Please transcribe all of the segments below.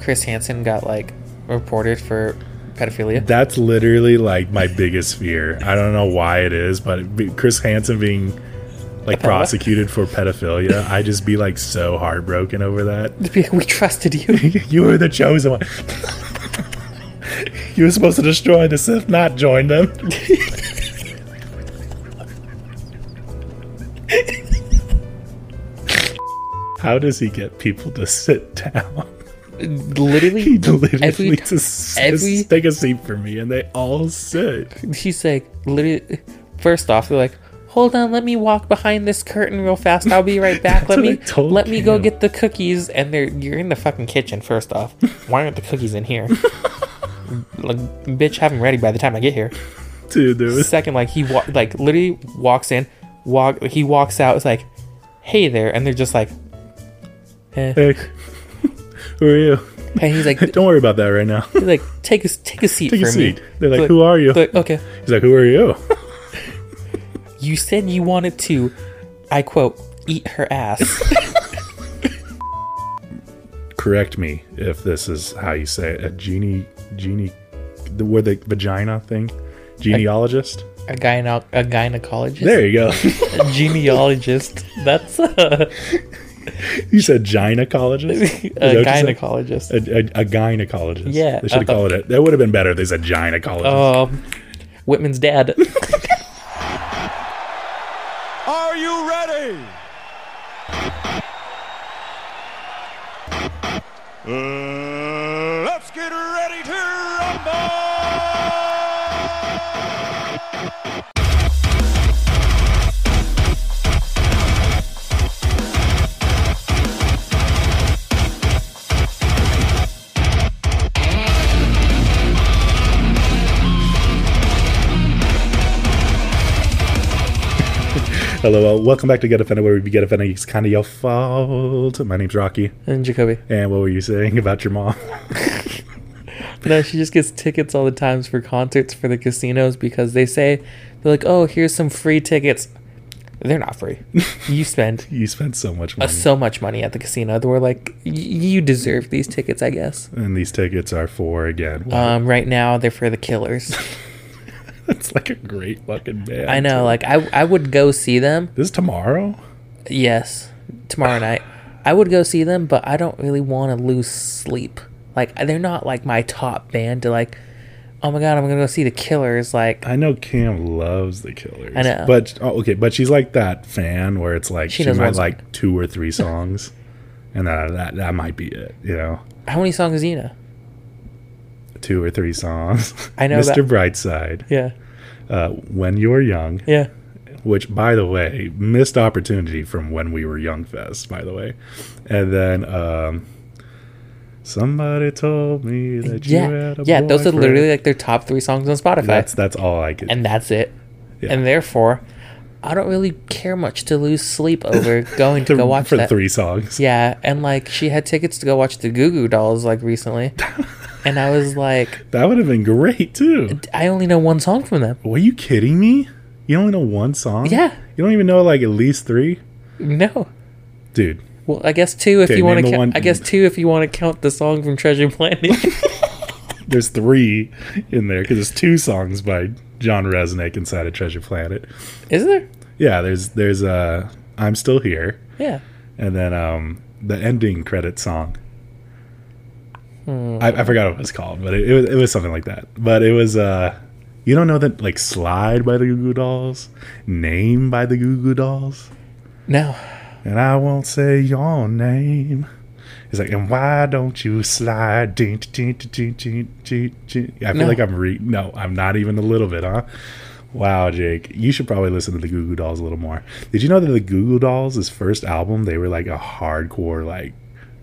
Chris Hansen got like reported for pedophilia? That's literally like my biggest fear. I don't know why it is, but be- Chris Hansen being like prosecuted for pedophilia, I just be like so heartbroken over that. we trusted you. you were the chosen one. you were supposed to destroy the Sith, not join them. How does he get people to sit down? He Literally, literally Every t- just every- says, take a seat for me, and they all sit. she's like, literally. First off, they're like, "Hold on, let me walk behind this curtain real fast. I'll be right back. That's let what I me told let me go Cam. get the cookies." And they're you're in the fucking kitchen. First off, why aren't the cookies in here? like, bitch, have them ready by the time I get here. Dude, there was Second, like he wa- like literally walks in, walk he walks out. It's like, "Hey there," and they're just like, eh. hey, who are you? and he's like, he's Don't worry about that right now. like, take a take a seat Take for a seat. me. They're like, Like- who are you? They're like, okay. He's like, who are you? You said you wanted to, I quote, eat her ass. Correct me if this is how you say it. A genie, genie, the word the vagina thing, genealogist. a gyno- a gynecologist, There you go. a genealogist. That's a, you said gynecologist. a Is that what you said? gynecologist. A, a, a gynecologist. Yeah, They should have uh, called it. That would have been better. if They said gynecologist. Um, Whitman's dad. Are you ready? Uh, let's get ready to rumble! Hello, uh, welcome back to Get Offended, where we get offended. It's kind of your fault. My name's Rocky. and Jacoby. And what were you saying about your mom? No, she just gets tickets all the times for concerts for the casinos because they say, they're like, oh, here's some free tickets. They're not free. You spend you spent so much money, so much money at the casino. They were like, y- you deserve these tickets, I guess. and these tickets are for again. Wow, Um, right now, they're for the killers. that's like a great fucking band. I know. Like I, I would go see them. This tomorrow? Yes, tomorrow night. I would go see them, but I don't really want to lose sleep. Like they're not like my top band to like. Oh my god, I'm gonna go see the Killers. Like I know Cam loves the Killers. I know. but oh, okay, but she's like that fan where it's like She she, knows one might song. like two or three songs, and that, that that might be it. You know, how many songs do you know? two or three songs. I know Mr. that- Brightside, Yeah, uh, When You Were Young, yeah. which by the way, missed opportunity from When We Were Young Fest. By the way, and then. um Somebody told me that you Yeah, had a yeah, those are boyfriend. literally like their top three songs on Spotify, that's that's all I could. and that's it. Yeah. And therefore, I don't really care much to lose sleep over going to to- go watch for that. three songs. Yeah, and like she had tickets to go watch the Goo Goo Dolls like recently, and I was like, That would have been great too. I only know one song from them. Were you kidding me? You only know one song? Yeah. You don't even know like at least three, No. dude. Well, I guess two if Okay, you want name to. the Ca- one- I guess two if you want to count the song from Treasure Planet. There's three in there because there's two songs by John Resnick inside of Treasure Planet. Is there? Yeah, there's there's uh I'm still here, Yeah. and then um the ending credit song. I, I forgot what it was called, but it, it was it was something like that. But it was uh you don't know that like slide by the Goo Goo Dolls, name by the Goo Goo Dolls. No. and I won't say your name. He's like, and why don't you slide? Ding, ding, ding, ding, ding, ding. I feel No. like I'm re. No, I'm not even a little bit, huh? Wow, Jake, you should probably listen to the Goo Goo Dolls a little more. Did you know that the Goo Goo Dolls' his first album, they were like a hardcore like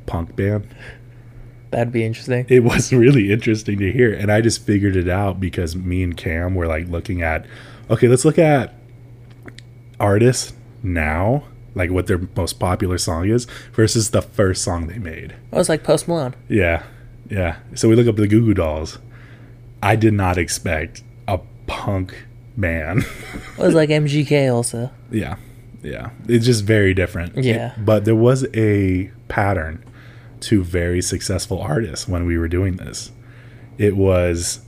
punk band? That'd be interesting. it was really interesting to hear and i just figured it out because me and cam were like looking at okay let's look at artists now like what their most popular song is versus the first song they made I was like Post Malone. yeah yeah so we look up the goo goo dolls i did not expect a punk man I was like MGK also. yeah yeah it's just very different Yeah. but there was a pattern two very successful artists when we were doing this. It was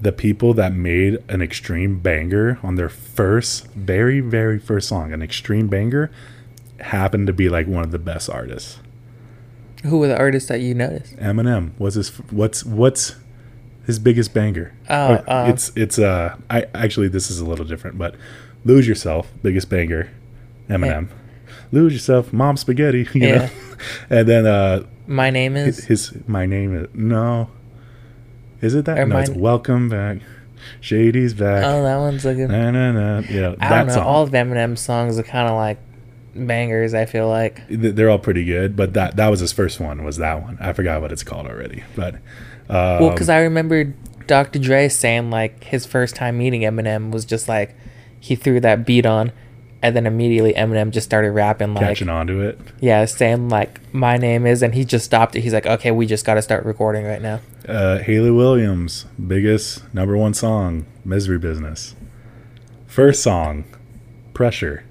the people that made an extreme banger on their first, very, very first song, an extreme banger, happened to be like one of the best artists. Who were the artists that you noticed? Eminem was his what's what's his biggest banger? Oh, Or uh, it's it's uh I actually this is a little different, but lose yourself biggest banger, Eminem. Lose yourself, mom spaghetti, you Yeah. know, and then uh My name is. his my name is no, is it that Or no? It's mine- welcome back, Shady's back. Oh, that one's looking. na, na, na. Yeah, I that don't know. song. All of Eminem's songs are kind of like bangers. I feel like. Th- They're all pretty good, but that that was his first one. Was that one? I forgot what it's called already, but uh, Well, because I remember Dr. Dre saying like his first time meeting Eminem was just like he threw that beat on, and then immediately Eminem just started rapping like catching onto it. yeah, saying like my name is, and he just stopped it. He's like, okay, we just got to start recording right now. uh, Haley Williams' biggest number one song, "Misery Business." First song, "Pressure."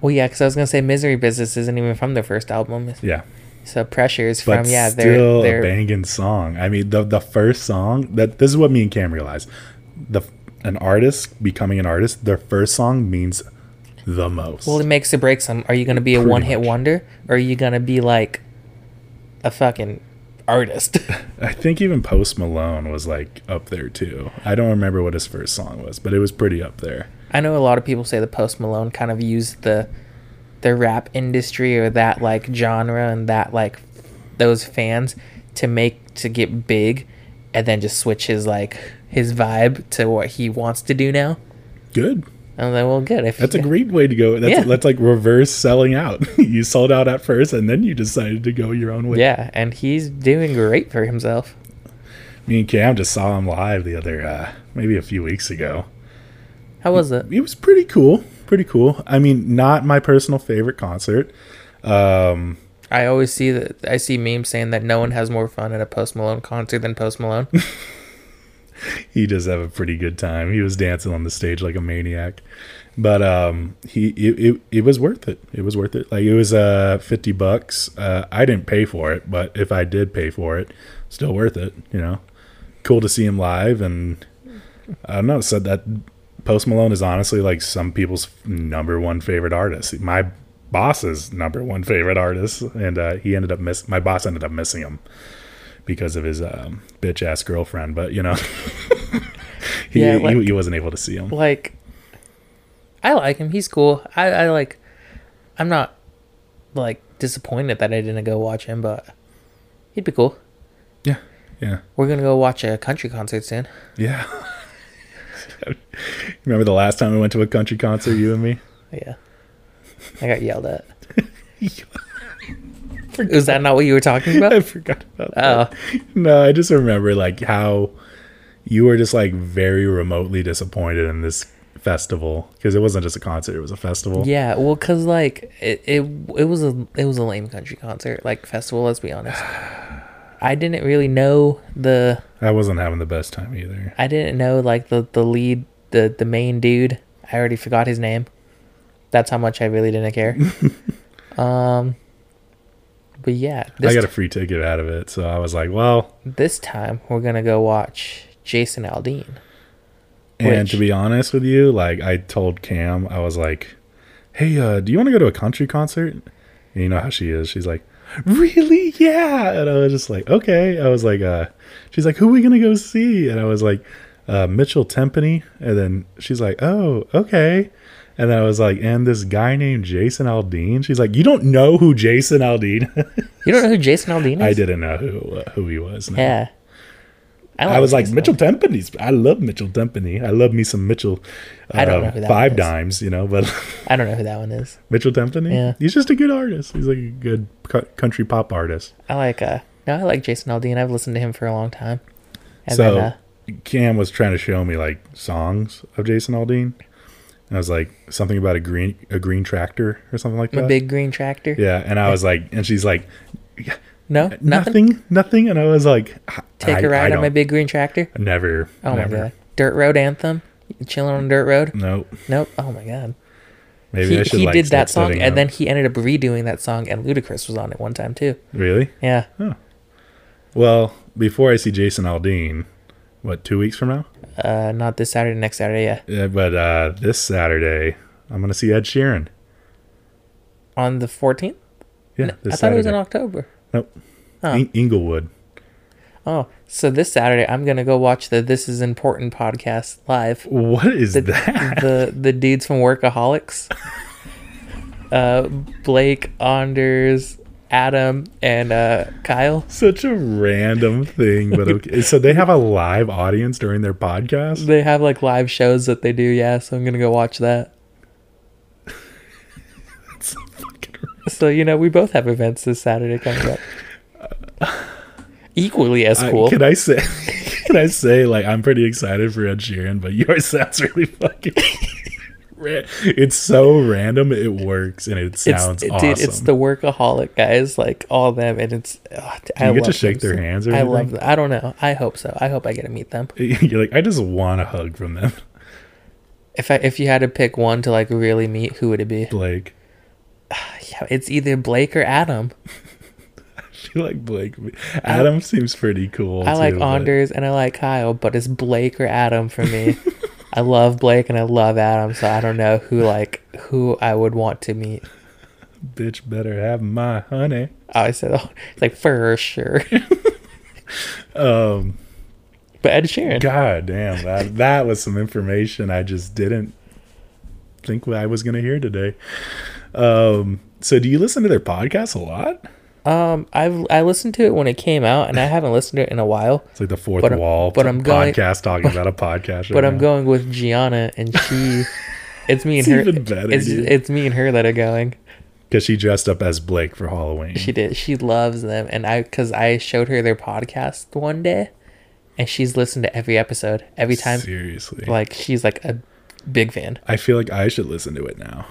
Well, yeah, because I was gonna say Misery Business isn't even from their first album, Yeah, so Pressure is but from Um, yeah, still they're, they're a banging song. I mean, the the first song that this is what me and Cam realized: the an artist becoming an artist, their first song means the most. well, it makes or breaks them. Are you gonna be a Pretty one hit much. wonder, or are you gonna be like a fucking artist? I think even Post Malone was like up there too. I don't remember what his first song was, but it was pretty up there. I know a lot of people say the Post Malone kind of used the the rap industry or that like genre and that like those fans to make to get big and then just switch his like his vibe to what he wants to do now. Good. And then well good if That's a great way to go. That's, Yeah. that's like reverse selling out. you sold out at first, and then you decided to go your own way. Yeah, and he's doing great for himself. Me and Cam just saw him live the other, uh, maybe a few weeks ago. How was it? It was pretty cool. Pretty cool. I mean, not my personal favorite concert. Um, I always see that I see memes saying that no one has more fun at a Post Malone concert than Post Malone. he does have a pretty good time. He was dancing on the stage like a maniac, but um, he it, it, it was worth it. It was worth it. Like it was uh fifty bucks. Uh, I didn't pay for it, but if I did pay for it, still worth it. You know, cool to see him live, and I don't know. So that Post Malone is honestly like some people's number one favorite artist. My boss's number one favorite artist, and uh, he ended up miss. My boss ended up missing him because of his um, bitch ass girlfriend. But you know, he, Yeah, like- he he wasn't able to see him. like I like him. He's cool. I, I like I'm not like disappointed that I didn't go watch him, but he'd be cool. Yeah, yeah, We're gonna go watch a country concert soon. yeah. Remember the last time we went to a country concert, you and me? Yeah. I got yelled at. Is that not what you were talking I about? forgot about that. Oh. No, I just remember like how you were just like very remotely disappointed in this festival because it wasn't just a concert; it was a festival. Yeah, well, cause like it, it it was a it was a lame country concert, like festival, let's be honest. I didn't really know the I wasn't having the best time either. I didn't know like the the lead the the main dude. I already forgot his name. That's how much I really didn't care. um, but yeah, I this got a free ticket out of it, so I was like, "Well." this time we're gonna go watch Jason Aldean. And Which- to be honest with you, like I told Cam, I was like, "Hey, uh, do you want to go to a country concert?" And you know how she is. She's like, "Really? Yeah." And I was just like, "Okay." I was like, uh, "She's like, who we gonna go see?" And I was like, uh, "Mitchell Tempany." And then she's like, "Oh, okay." And then I was like, "And this guy named Jason Aldean." She's like, "You don't know who Jason Aldean?" is?" You don't know who Jason Aldean is? I didn't know who uh, who he was. no. Yeah. I was like Jason Mitchell Aldean. Tempany's. I love Mitchell Tempany. I love me some Mitchell. Uh, I don't know who that five one is. dimes, you know, but I don't know who that one is. Mitchell Tempany. Yeah. he's just a good artist. He's like a good cu- country pop artist. I like uh no, I like Jason Aldean. I've listened to him for a long time. And so then uh, Cam was trying to show me like songs of Jason Aldean, and I was like something about a green a green tractor or something like I'm that. a big green tractor. uh, yeah, and I was like, and she's like, No, nothing. nothing, nothing, and I was like, I- Take I- a I ride on my don't- big green tractor. Never. Oh never. my god. Dirt road anthem. You chilling on a dirt road. Nope. Nope. Oh my god. Maybe he, I should he like did that start song, setting and up. then he ended up redoing that song, and Ludacris was on it one time too. really. Yeah, Well, before I see Jason Aldean, what two weeks from now? uh, not this Saturday, next Saturday. Yeah, Yeah, but uh, this Saturday, I'm gonna see Ed Sheeran. on the fourteenth. Yeah, I this thought Saturday. it was in October. nope. Oh. In- Inglewood. Oh, so this Saturday I'm gonna go watch the This Is Important podcast live. What is that? the the dudes from Workaholics, uh, Blake, Anders, Adam, and uh, Kyle. Such a random thing, but okay. so they have a live audience during their podcast. They have like live shows that they do. Yeah, so I'm gonna go watch that. That's fucking- So you know we both have events this Saturday coming up. Equally as I- cool. can I say? Can I say like I'm pretty excited for Ed Sheeran, but yours sounds really fucking. ra- it's so random. It works and it it's sounds it- awesome. dude, it's the workaholic guys, like all them, and it's. Oh, Do I you get to love shake them their so- hands or I anything? love. Them. I don't know. I hope so. I hope I get to meet them. You're like I just want a hug from them, If I if you had to pick one to like really meet, who would it be? Blake. Yeah, it's either Blake or Adam. feel like Blake. Adam seems pretty cool. I like too, but- Anders and I like Kyle, but it's Blake or Adam for me. I love Blake and I love Adam, so I don't know who like who I would want to meet. Bitch, better have my honey. I always said, oh, it's like for sure. Um, But Ed Sheeran, God damn, that that was some information I just didn't think I was gonna hear today. Um, so do you listen to their podcast a lot? um, I've I listened to it when it came out, and I haven't listened to it in a while. It's like the fourth But I'm- wall. but I'm going- podcast talking about a podcast. But I'm going with Gianna, and she, it's me and It's her. even better, it's dude. it's me and her that are going. because she dressed up as Blake for Halloween. She did. She loves them, and I because I showed her their podcast one day, and she's listened to every episode every time. Seriously, like she's like a big fan. I feel like I should listen to it now.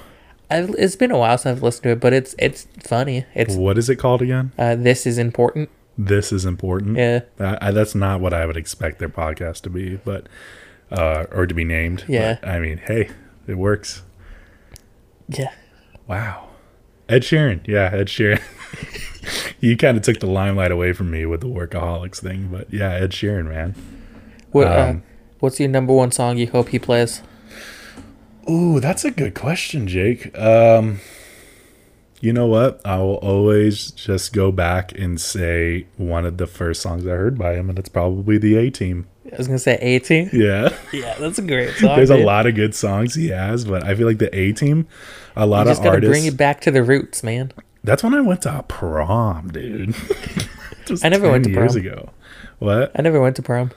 I've, it's been a while since I've listened to it, but it's it's funny. It's What is it called again? uh, this is important. This is important. Yeah, I, I, that's not what I would expect their podcast to be, but uh, or to be named. Yeah. But, I mean, hey, it works. yeah. Wow. Ed Sheeran, yeah, Ed Sheeran. you kind of took the limelight away from me with the workaholics thing, but yeah, Ed Sheeran, man. What uh, Um, what's your number one song you hope he plays? Ooh, that's a good question, Jake. Um, you know what? I will always just go back and say one of the first songs I heard by him, and it's probably the A Team. I was gonna say eighteen. Yeah. Yeah, that's a great song. There's a dude. lot of good songs he has, but I feel like the A team, a lot You just of gotta artists. bring it back to the roots, man. That's when I went to prom, dude. Just I never went 10 to years prom. ago. What? I never went to prom.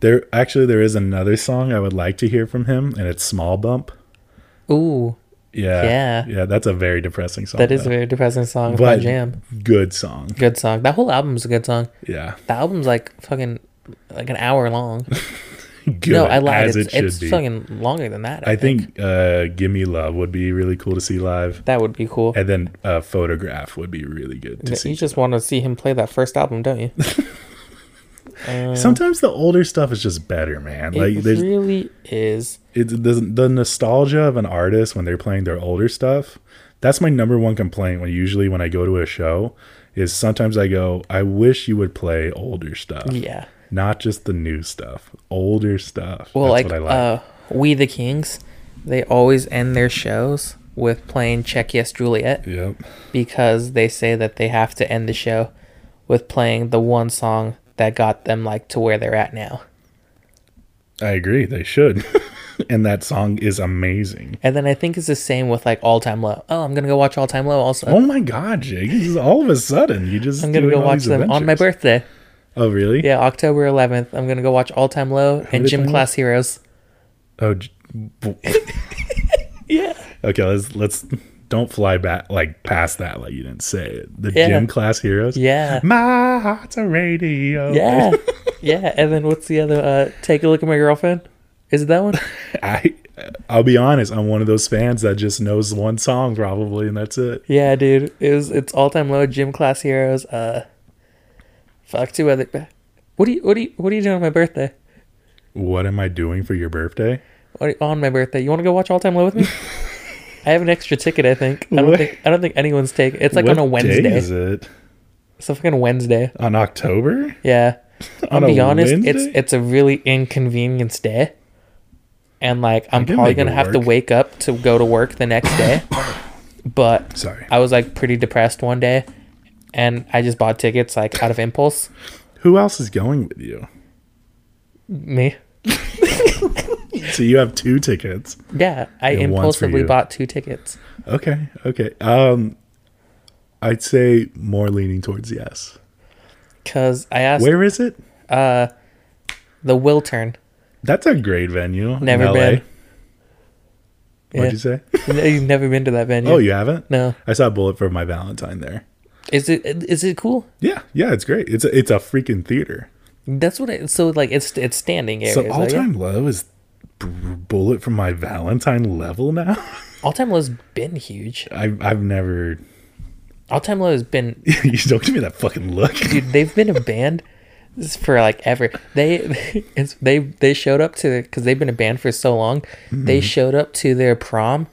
There actually there is another song I would like to hear from him, and it's Small Bump. Ooh, Yeah, Yeah. yeah. That's a very depressing song. that is a though. very depressing song. It's my but jam. good song. Good song. That whole album's a good song. Yeah, The album's like fucking like an hour long. good. no, I lied. As it's it should it's be. fucking longer than that. I, I think uh, "Give Me Love" would be really cool to see live, that would be cool. and then uh, "Photograph" would be really good to Yeah, see. you just want to see him play that first album, don't you? Uh, Sometimes the older stuff is just better, man. Like it there's really is. it the, the nostalgia of an artist when they're playing their older stuff that's my number one complaint when usually when i go to a show is sometimes i go i wish you would play older stuff Yeah. not just the new stuff older stuff Well, like, that's what i like Uh, We the Kings, they always end their shows with playing Check Yes Juliet yep because they say that they have to end the show with playing the one song that got them like to where they're at now. i agree they should and that song is amazing And then I think it's the same with like All Time Low. Oh, I'm gonna go watch All Time Low also. oh my god jake this is all of a sudden you just I'm gonna doing go all watch these them on my adventures. birthday. oh really Yeah, October 11th. I'm gonna go watch All Time Low and they Gym playing? Class Heroes. oh j- Yeah. okay let's let's don't fly back like past that like you didn't say it the Yeah. gym class heroes Yeah. My heart's a radio. Yeah, yeah. And then what's the other? Uh, Take a look at my girlfriend. Is it that one? I, I'll be honest. I'm one of those fans that just knows one song probably, and that's it. Yeah, dude. It was. It's all time low. Gym class heroes. Uh, fuck two other. What do you? What do you? What are you doing on my birthday? What am I doing for your birthday? What, on my birthday, you want to go watch all time low with me? I have an extra ticket. I think. I don't What? think. I don't think anyone's taking. It's like on What a Wednesday. Day is it It's a fucking Wednesday. on October? Yeah. On I'll be a honest, it's Wednesday? it's a really inconvenience day. And like I'm can probably make it gonna have to work. wake up to go to work the next day. but Sorry. I was like pretty depressed one day and I just bought tickets like out of impulse. Who else is going with you? Me. So you have two tickets. Yeah. I And one's for impulsively you. bought two tickets. Okay, okay. Um, I'd say more leaning towards yes. Cause I asked Where is it? the will turn. That's a great venue. in Never LA. been. What'd you say? No, You've never been to that venue. Oh, you haven't? No. I saw Bullet for my Valentine there. Is it is it cool? Yeah, yeah, it's great. It's a, it's a freaking theater. That's what I so like it's it's standing areas. So all right? time low is b- Bullet for my Valentine level now. All time low's been huge. I've I've never. All time low has been you don't give me that fucking look. dude they've been a band for like ever they it's, they they showed up to because they've been a band for so long Mm-hmm. they showed up to their prom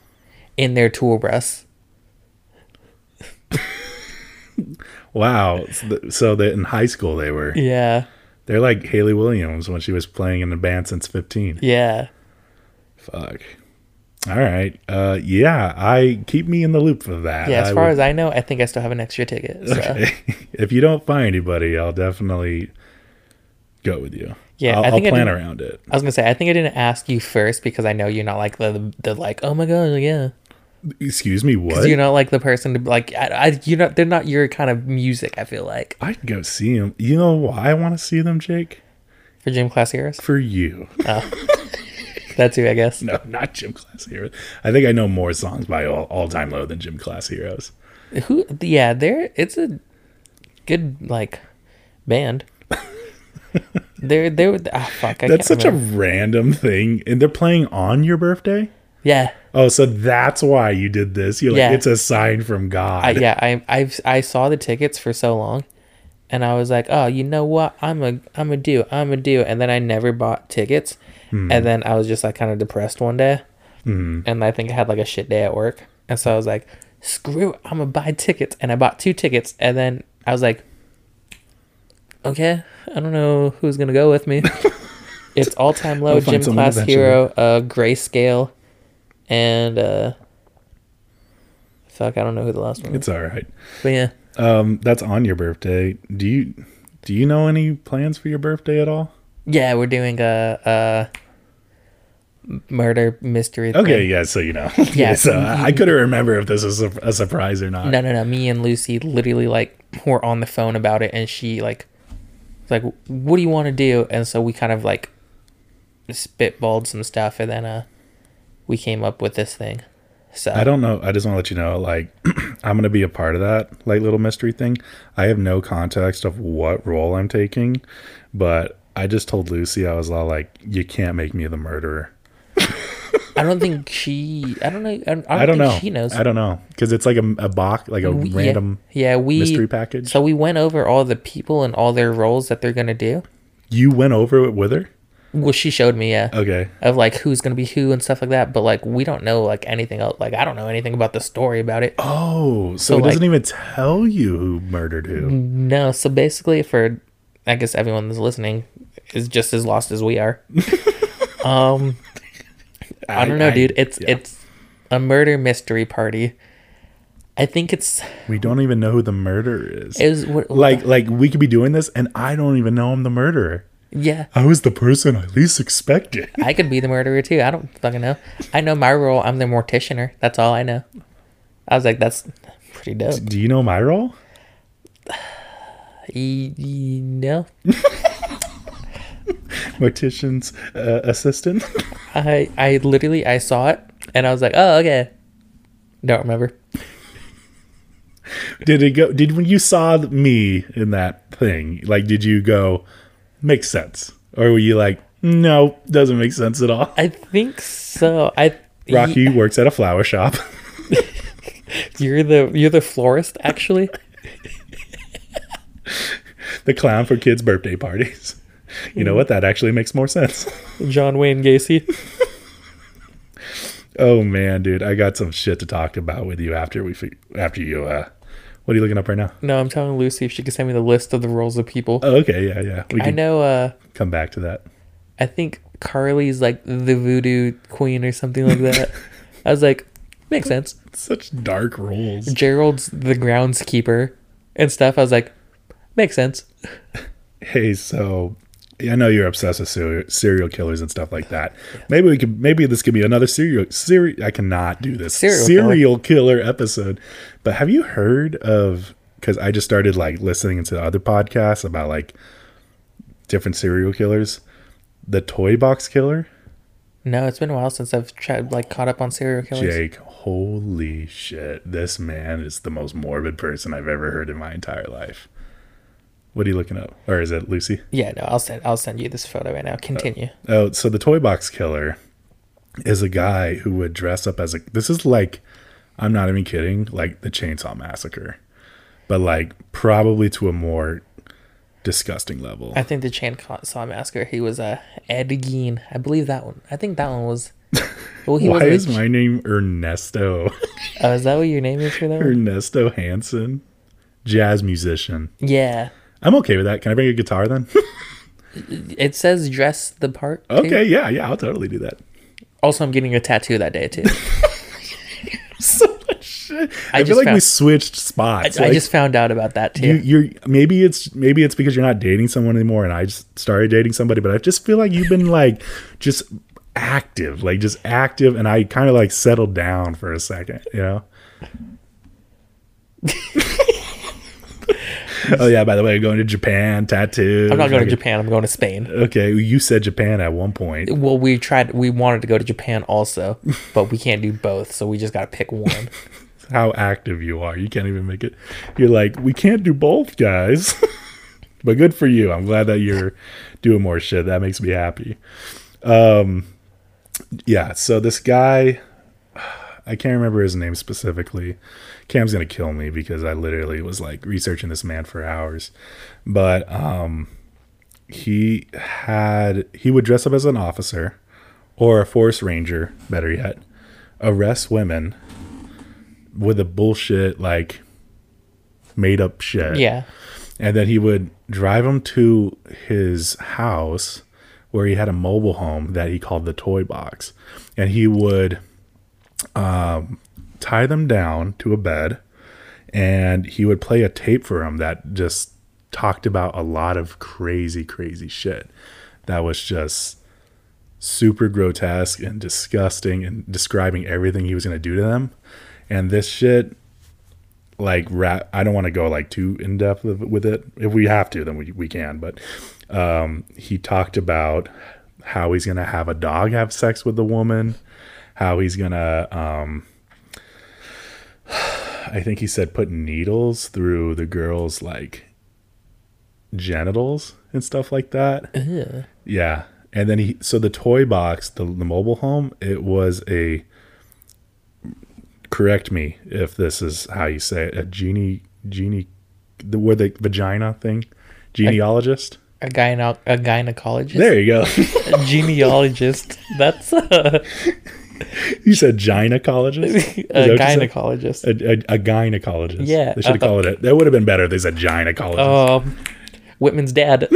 in their tour bus Wow. So th- So that in high school they were. yeah They're like Haley Williams when she was playing in the band since fifteen. yeah Fuck. All right. Uh, yeah. I keep me in the loop for that. yeah as I far would- as i know i think i still have an extra ticket so if you don't find anybody, I'll definitely go with you. Yeah, I'll, I I'll think I plan did- around it. i was gonna say i think i didn't ask you first because i know you're not like the the, like oh my god yeah Excuse me, what? you're not like the person to like I, I you're not they're not your kind of music i feel like I'd go see them. You know why I want to see them, Jake? for gym class heroes For you. that's who i guess no, not Gym Class Heroes. I think I know more songs by all, all time low than Gym Class Heroes. Who? Yeah, they're it's a good like band. they're they're ah, fuck. I That's can't such remember. a random thing. And they're playing on your birthday? yeah Oh, so that's why you did this. You're like, Yeah. it's a sign from God. I, yeah. I I've I saw the tickets for so long, and I was like, oh, you know what? I'm a I'm a do I'm a do, and then I never bought tickets, Hmm. and then I was just like kind of depressed one day, and I think I had like a shit day at work, and so I was like, screw, it, I'm gonna buy tickets, and I bought two tickets, and then I was like, okay, I don't know who's gonna go with me. it's all time low, We'll find gym someone class eventually. hero, uh, grayscale, and uh. Fuck, I don't know who the last one was. It's all right. But yeah, Um, that's on your birthday. Do you do you know any plans for your birthday at all? yeah, we're doing a, a murder mystery. thing. Okay, yeah, so you know. Yeah. so I I couldn't remember if this was a, a surprise or not. Mm-hmm. No, no, no. Me and Lucy literally like were on the phone about it, and she like, was like, what do you want to do? And so we kind of like spitballed some stuff, and then uh, we came up with this thing. So I don't know. I just want to let you know, like, I'm going to be a part of that, like, little mystery thing. I have no context of what role I'm taking, but I just told Lucy, I was all like, you can't make me the murderer. I don't think she. I don't know. I don't, I don't think know. She knows. I don't know. Because it's like a, a box, like a We- yeah. random. yeah, we mystery package. So we went over all the people and all their roles that they're gonna do. You went over it with her? Well, she showed me. Yeah. Okay. of like who's gonna be who and stuff like that. But like we don't know like anything else. Like I don't know anything about the story about it. Oh, so, it like- doesn't even tell you who murdered who. No. So basically, for I guess everyone that's listening is just as lost as we are. um, I, don't know, dude. It's yeah. it's a murder mystery party. I think it's We don't even know who the murderer is. it was what, like, like we could be doing this, and I don't even know I'm the murderer. yeah. I was the person I least expected. I could be the murderer too. I don't fucking know. I know my role. I'm the morticianer. That's all I know. I was like, that's pretty dope. Do you know my role? E- e- no, Mortician's uh, assistant. I I literally I saw it and I was like, oh okay. Don't remember. did it go? Did when you saw me in that thing, like, did you go makes sense, or were you like, no, doesn't make sense at all? I think so. I Rocky works at a flower shop. you're the you're the florist actually. the clown for kids' birthday parties. You know what? That actually makes more sense. John Wayne Gacy. Oh man, dude, I got some shit to talk about with you after we fi- after you. Uh, what are you looking up right now? No, I'm telling Lucy if she could send me the list of the roles of people. Oh, okay, yeah, yeah. We I can know. uh come back to that. I think Carly's like the voodoo queen or something like that. I was like, makes sense. Such dark roles. Gerald's the groundskeeper and stuff. I was like, makes sense. Hey, so I know you're obsessed with serial, serial killers and stuff like that. Maybe we could. Maybe this could be another serial. Serial. I cannot do this. Serial killer. serial killer episode. But have you heard of? Because I just started like listening to other podcasts about like different serial killers. The toy box killer. No, it's been a while since I've tried like caught up on serial killers. Jake, holy shit. This man is the most morbid person I've ever heard in my entire life. What are you looking up? Or is it Lucy? Yeah, no, I'll send I'll send you this photo right now. Continue. Oh, so the toy box killer is a guy who would dress up as a. This is like, I'm not even kidding, like the Chainsaw Massacre, but like probably to a more disgusting level. I think the Chan Con- Saw Massacre. He was uh, Ed Gein. I believe that one. I think that one was. Well, he Why wasn't a is ch- my name Ernesto? Oh, is that what your name is for that? One? Ernesto Hansen, jazz musician. Yeah, I'm okay with that. Can I bring a guitar then? it says dress the part. too. okay, yeah, yeah, I'll totally do that. Also, I'm getting a tattoo that day too. so much shit. I, feel just like we found- switched I, spots. I Like, just found out about that too. you, you're maybe it's maybe it's because you're not dating someone anymore, and I just started dating somebody. But I just feel like you've been like just active, like just active, and I kind of like settled down for a second, you know. oh yeah, by the way, going to Japan, tattoo. I'm not going to Japan. I'm going to Spain. Okay, you said Japan at one point. Well, we tried. We wanted to go to Japan also, but we can't do both. So we just got to pick one. how active you are. You can't even make it. You're like, we can't do both, guys. but good for you. I'm glad that you're doing more shit. That makes me happy. Um, yeah. So this guy, I can't remember his name specifically. Cam's gonna kill me because I literally was like researching this man for hours. But um, he had he would dress up as an officer or a forest ranger, better yet, arrest women with a bullshit like made up shit. yeah. And then he would drive him to his house where he had a mobile home that he called the toy box. And he would um, tie them down to a bed and he would play a tape for him that just talked about a lot of crazy, crazy shit that was just super grotesque and disgusting and describing everything he was going to do to them. And this shit like rap i don't want to go like too in depth with, with it if we have to then we, we can but um he talked about how he's gonna have a dog have sex with the woman how he's gonna um i think he said put needles through the girl's like genitals and stuff like that yeah and then he so the toy box the, the mobile home it was a correct me if this is how you say it a genie genie the were the vagina thing genealogist A gyno- a gynecologist. there you go A genealogist. That's uh, a, you said gynecologist Is a that what you said? gynecologist. a, a, a gynecologist Yeah. they should have called it that would have been better if they said gynecologist Um, Whitman's dad. a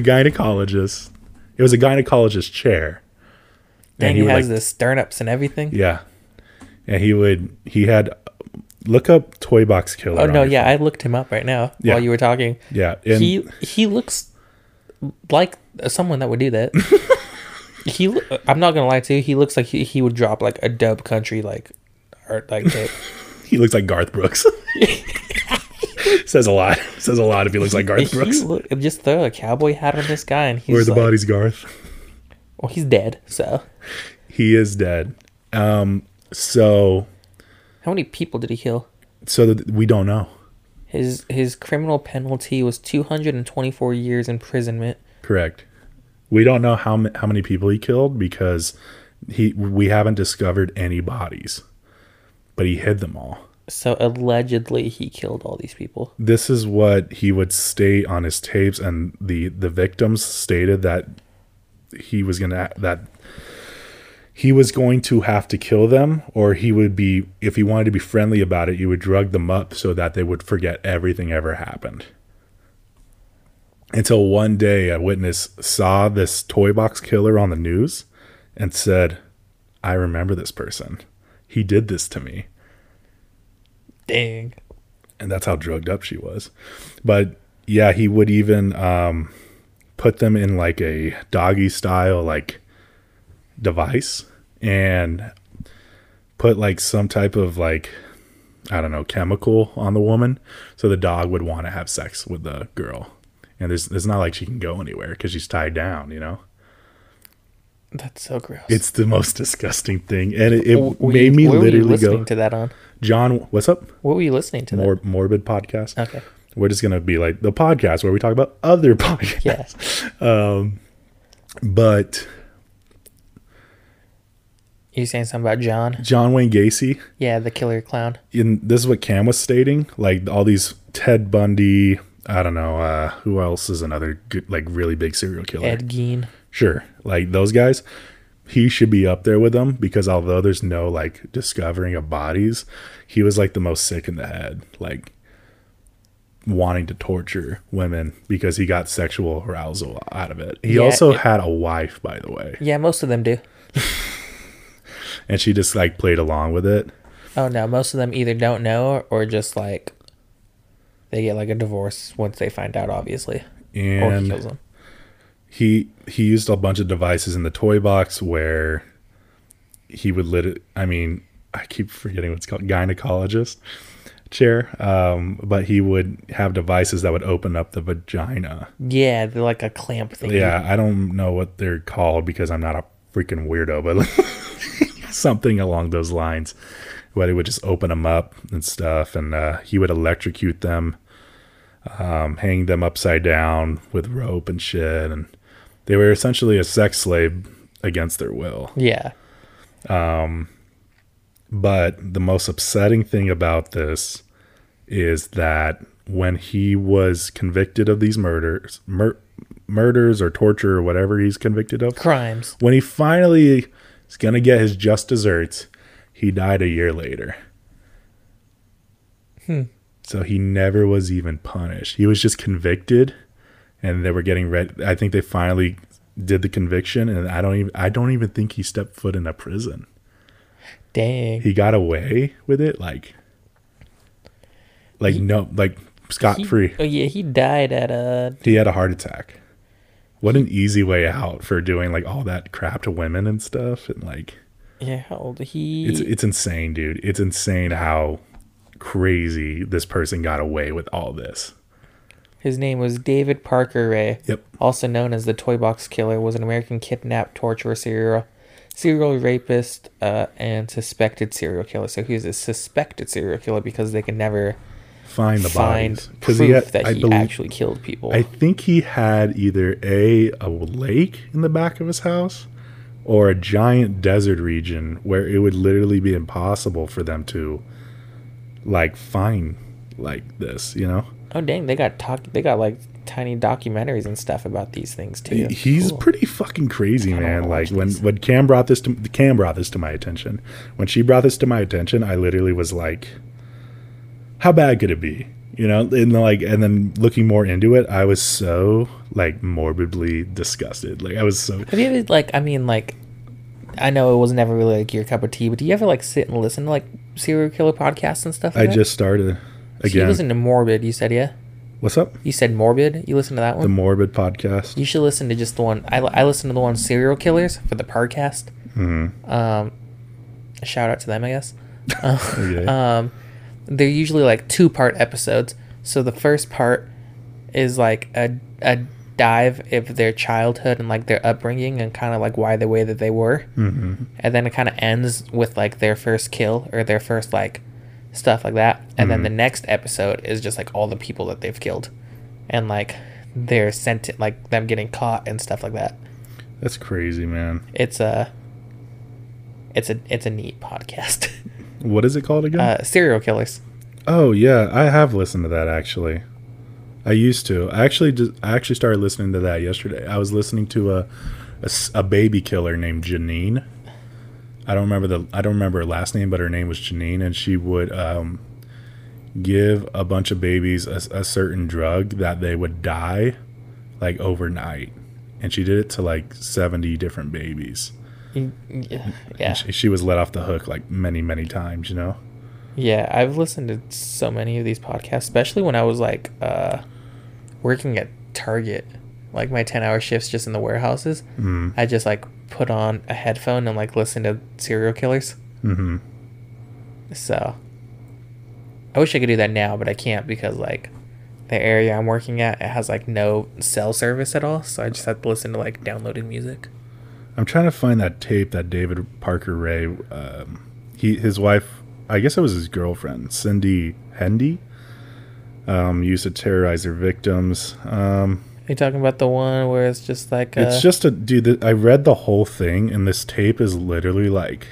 gynecologist it was a gynecologist chair Dang, he he would, has like- the stern ups and everything. yeah and he would he had look up toy box killer oh on no, your yeah, phone. I looked him up right now Yeah. while you were talking. yeah and he he looks like someone that would do that. he, lo- I'm not gonna lie to you. He looks like he, he would drop like a dub country like art like tape. he looks like garth brooks says a lot says a lot if he looks like garth he brooks look, just throw a cowboy hat on this guy and he's Where the like, body's Garth. well, he's dead. So He is dead. Um, so how many people did he kill? so that we don't know. His his criminal penalty was 224 years imprisonment. Correct. We don't know how ma- how many people he killed because he we haven't discovered any bodies, but he hid them all. So allegedly he killed all these people. This is what he would state on his tapes, and the the victims stated that he was gonna that he was going to have to kill them, or he would be, if he wanted to be friendly about it, you would drug them up so that they would forget everything ever happened. Until one day, a witness saw this toy box killer on the news and said, I remember this person. He did this to me Dang. and that's how drugged up she was. But yeah, he would even um, put them in like a doggy style like device and put like some type of like I don't know chemical on the woman, so the dog would want to have sex with the girl. And there's it's not like she can go anywhere because she's tied down, you know. That's so gross. It's the most disgusting thing, and it, it W- were made you- me what were you literally listening go. to that on? John, what's up? What were you listening to? Mor- morbid podcast. Okay. We're just gonna be like the podcast where we talk about other podcasts. that? Yeah. But You saying something about John? John Wayne Gacy, Yeah, the killer clown. in this is what Cam was stating, like all these Ted Bundy, I don't know, uh, who else is another good, like really big serial killer? Ed Gein. Sure, like those guys, he should be up there with them because although there's no like discovering of bodies, he was like the most sick in the head, like wanting to torture women because he got sexual arousal out of it. He Yeah, also it- had a wife, by the way. Yeah, most of them do. and she just like played along with it. Oh no, most of them either don't know or just like they get like a divorce once they find out, obviously, or he kills And them. he he used a bunch of devices in the toy box where he would lit. I mean, I keep forgetting what it's called, gynecologist chair. Um, but he would have devices that would open up the vagina. Yeah, they're like a clamp thing. Yeah, I don't know what they're called because I'm not a freaking weirdo, but something along those lines. But it would just open them up and stuff, and uh, he would electrocute them, um, hang them upside down with rope and shit, and they were essentially a sex slave against their will. Yeah. But the most upsetting thing about this is that when he was convicted of these murders, mur- murders or torture or whatever he's convicted of, Crimes. when he finally is gonna get his just desserts, he died a year later. So he never was even punished. He was just convicted, and they were getting ready. I think they finally did the conviction, and I don't even I don't even think he stepped foot in a prison. Dang. He got away with it, like, like no, like scot He- free. Oh yeah, he died at uh, a He had a heart attack. What an easy way out for doing like all that crap to women and stuff, and like. yeah, how old he It's it's insane, dude. It's insane how crazy this person got away with all this. His name was David Parker Ray, Yep. also known as the Toy Box Killer, was an American kidnapped, torturer, serial serial rapist, uh, and suspected serial killer. So he was a suspected serial killer because they can never Find the find bodies proof he had, that I he believe- actually killed people. I think he had either a a lake in the back of his house or a giant desert region where it would literally be impossible for them to like find like this, you know? oh dang, they got talk. They got like tiny documentaries and stuff about these things too. That's he's cool. pretty fucking crazy, man. wanna watch Like when when Cam brought this to Cam brought this to my attention. When she brought this to my attention, I literally was like, "How bad could it be?" You know, and like, and then looking more into it, I was so like morbidly disgusted. Like I was so Have you ever like? I mean, like, I know it was never really like your cup of tea, but do you ever like sit and listen to like serial killer podcasts and stuff? Like I that? just started So you again. listen to Morbid. You said yeah. What's up? You said Morbid. You listen to that The one. Morbid Podcast. you should listen to just the one. I, I listen to the one serial killers for the podcast. Um, shout out to them, I guess. Okay. Um, they're usually like two part episodes. So the first part is like a a dive of their childhood and like their upbringing and kind of like why the way that they were. Mm-hmm. And then it kind of ends with like their first kill or their first like stuff like that. And then the next episode is just like all the people that they've killed and like their sentence, like them getting caught and stuff like that. That's crazy, man. It's a it's a it's a neat podcast. What is it called again? uh, serial killers. Oh yeah, I have listened to that actually. I used to. I actually just I actually started listening to that yesterday. I was listening to a a, s- a baby killer named Janine, I don't remember the I don't remember her last name, but her name was Janine, and she would um, give a bunch of babies a, a certain drug that they would die like overnight, and she did it to like seventy different babies. Yeah, yeah, She, she was let off the hook like many many times, you know. yeah. I've listened to so many of these podcasts, especially when I was like uh, working at Target, like my ten-hour shifts just in the warehouses. Mm-hmm. Mm. I just like put on a headphone and like listen to serial killers. hmm So I wish I could do that now, but I can't because like the area I'm working at it has like no cell service at all, so I just have to listen to like downloaded music. I'm trying to find that tape that David Parker Ray, um, he his wife, I guess it was his girlfriend, Cindy Hendy, um, used to terrorize their victims. Um, Are you talking about the one where it's just like uh, it's just a dude. th- I read the whole thing, and this tape is literally like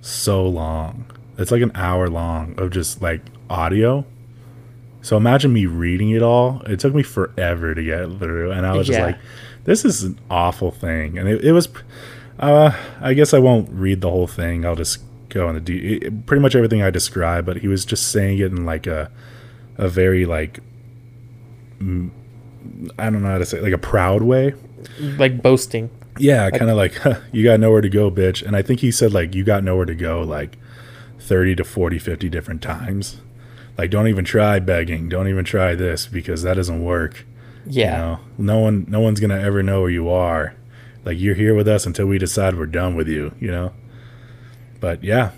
so long. It's like an hour long of just like audio. So imagine me reading it all. It took me forever to get through, and I was Yeah. just like, "This is an awful thing." And it, it was. pr- Uh, I guess I won't read the whole thing. I'll just go on the de- it- it- pretty much everything I described. But he was just saying it in like a a very like. mm, I don't know how to say it, like a proud way. like boasting. Yeah, kind of like huh, you got nowhere to go, bitch. And I think he said like you got nowhere to go like 30 to 40, 50 different times. Like don't even try begging. Don't even try this because that doesn't work. Yeah. You know, no one no one's going to ever know where you are. Like you're here with us until we decide we're done with you, you know. But yeah,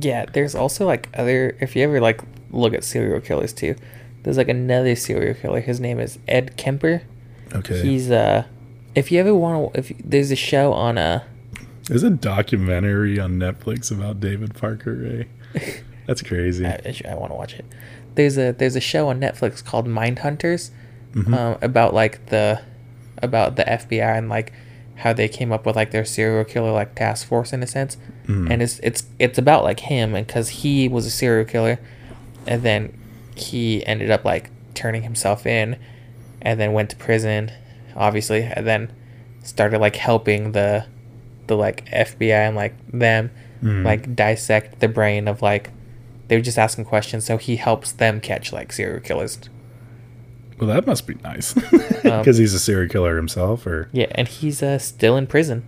Yeah, there's also like other if you ever like look at serial killers too, there's like another serial killer. His name is Ed Kemper. okay. He's uh if you ever want to if there's a show on uh There's a documentary on Netflix about David Parker Ray. That's crazy. I, want to watch it. There's a there's a show on Netflix called Mind Hunters, um, about like the about the FBI and like how they came up with like their serial killer like task force in a sense, and it's it's it's about like him and because he was a serial killer, and then he ended up like turning himself in, and then went to prison, obviously, and then started like helping the the like FBI and like them like dissect the brain of like they were just asking questions, so he helps them catch like serial killers. Well, that must be nice Um, because he's a serial killer himself, or Yeah, and he's uh, still in prison.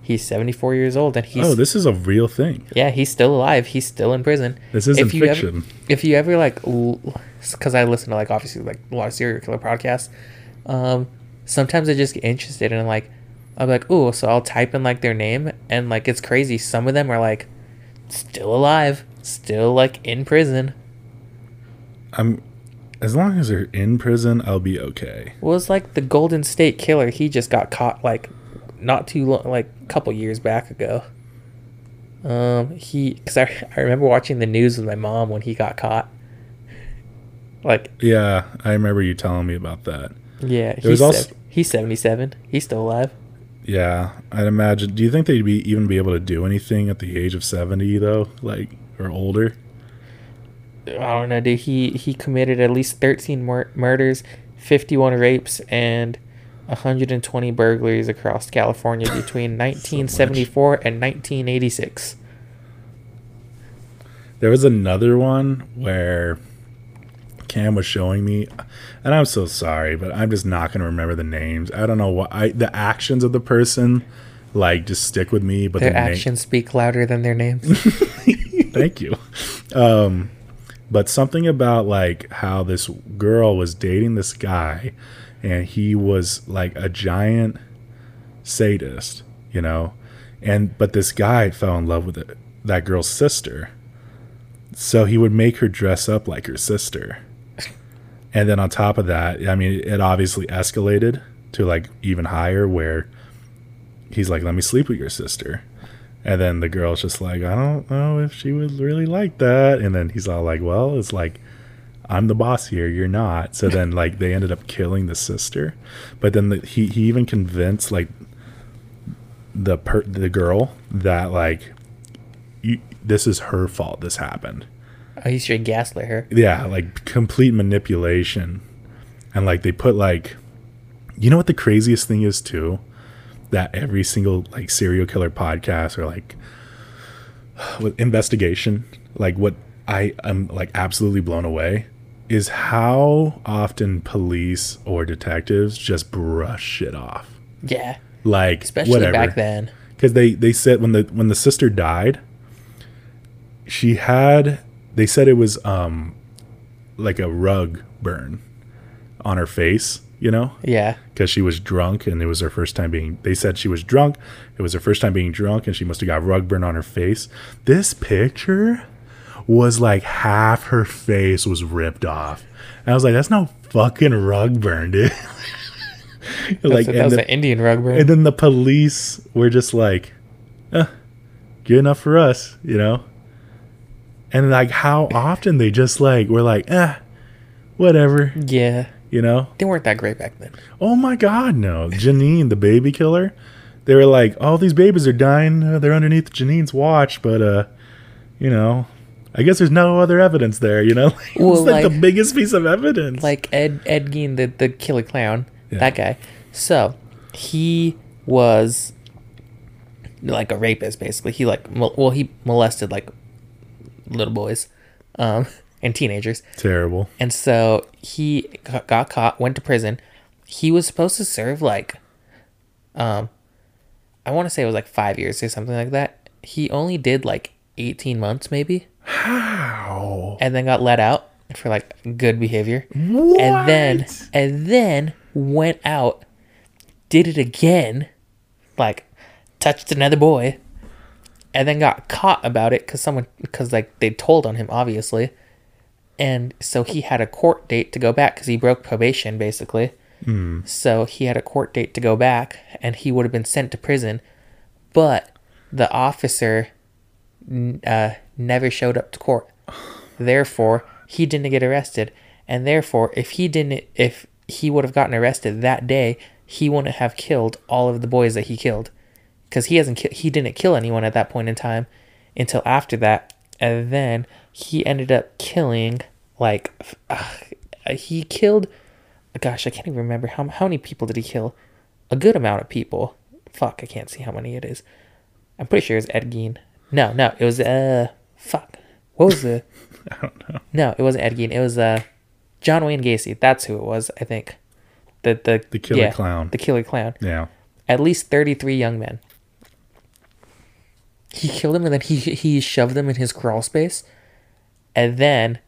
He's seventy four years old, and he's oh, this is a real thing. yeah, he's still alive. He's still in prison. This isn't if you ever- fiction. if you ever like, because I listen to like obviously like a lot of serial killer podcasts. Um, sometimes I just get interested and like, I'm like, oh, so I'll type in like their name and like it's crazy. Some of them are like, still alive, still like in prison. I'm as long as they're in prison, I'll be okay. Well, it's like the Golden State Killer. He just got caught like not too long, like a couple years back ago. Um, he because I, I remember watching the news with my mom when he got caught. Like, Yeah, I remember you telling me about that. yeah, was he's also- sev- he's seventy seven. He's still alive. Yeah, I'd imagine. Do you think they'd be even be able to do anything at the age of seventy though, like or older? I don't know, dude. He he committed at least thirteen mur- murders, fifty one rapes, and. 120 burglaries across California between 1974 and 1986. There was another one where Cam was showing me, and I'm so sorry, but I'm just not going to remember the names. I don't know why. I, the actions of the person, like, just stick with me, but Their the name- actions speak louder than their names. Thank you. Um, but something about like how this girl was dating this guy, and he was like a giant sadist, you know, and but this guy fell in love with it, that girl's sister, so he would make her dress up like her sister, and then on top of that, I mean, it obviously escalated to like even higher where he's like, "Let me sleep with your sister." And then the girl's just like, I don't know if she would really like that. And then he's all like, Well, it's like, I'm the boss here. You're not. So then, like, they ended up killing the sister. But then the, he he even convinced like the per, the girl that like, you, this is her fault. This happened. Oh, he should gaslit her. Yeah, like complete manipulation. And like they put like you know what the craziest thing is too? that every single like serial killer podcast or like with investigation, like what I am like absolutely blown away is how often police or detectives just brush shit off. Yeah. Like Especially whatever back then. because they they said when the when the sister died she had they said it was um like a rug burn on her face you know Yeah. because she was drunk and it was her first time being they said she was drunk it was her first time being drunk and she must have got rug burn on her face this picture was like half her face was ripped off and i was like that's no fucking rug burn dude Like, like that and was the- an Indian rug burn. and then the police were just like, eh, good enough for us, you know? And like how often they just like were like, eh, whatever, yeah. you know? They weren't that great back then. Oh my God, no. Janine, the baby killer, they were like, all these babies are dying. uh, They're underneath Janine's watch, but, uh, you know, I guess there's no other evidence there, you know? it's Well, like, the like- biggest piece of evidence. like Ed Ed Gein, the the killer clown, Yeah. that guy. So he was like a rapist, basically. He like mol- well, he molested like little boys, um, and teenagers, Terrible. and so he got got caught, went to prison. He was supposed to serve like, um, I want to say it was like five years or something like that. He only did like eighteen months, maybe Oh. and then got let out for like good behavior. What? And then and then went out, did it again, like touched another boy, and then got caught about it because someone because like they told on him obviously, and so he had a court date to go back because he broke probation basically. So he had a court date to go back, and he would have been sent to prison, but the officer n- uh, never showed up to court therefore he didn't get arrested and therefore if he didn't if he would have gotten arrested that day he wouldn't have killed all of the boys that he killed because he hasn't ki- he didn't kill anyone at that point in time until after that and then he ended up killing like f- ugh, he killed gosh i can't even remember how, how many people did he kill a good amount of people fuck i can't see how many it is i'm pretty sure it was ed gein no no it was uh fuck what was the no, it wasn't Ed Gein. It was uh, John Wayne Gacy. That's who it was, I think. The the The killer clown. The killer clown. yeah. At least thirty three young men. He killed them, and then he he shoved them in his crawl space, and then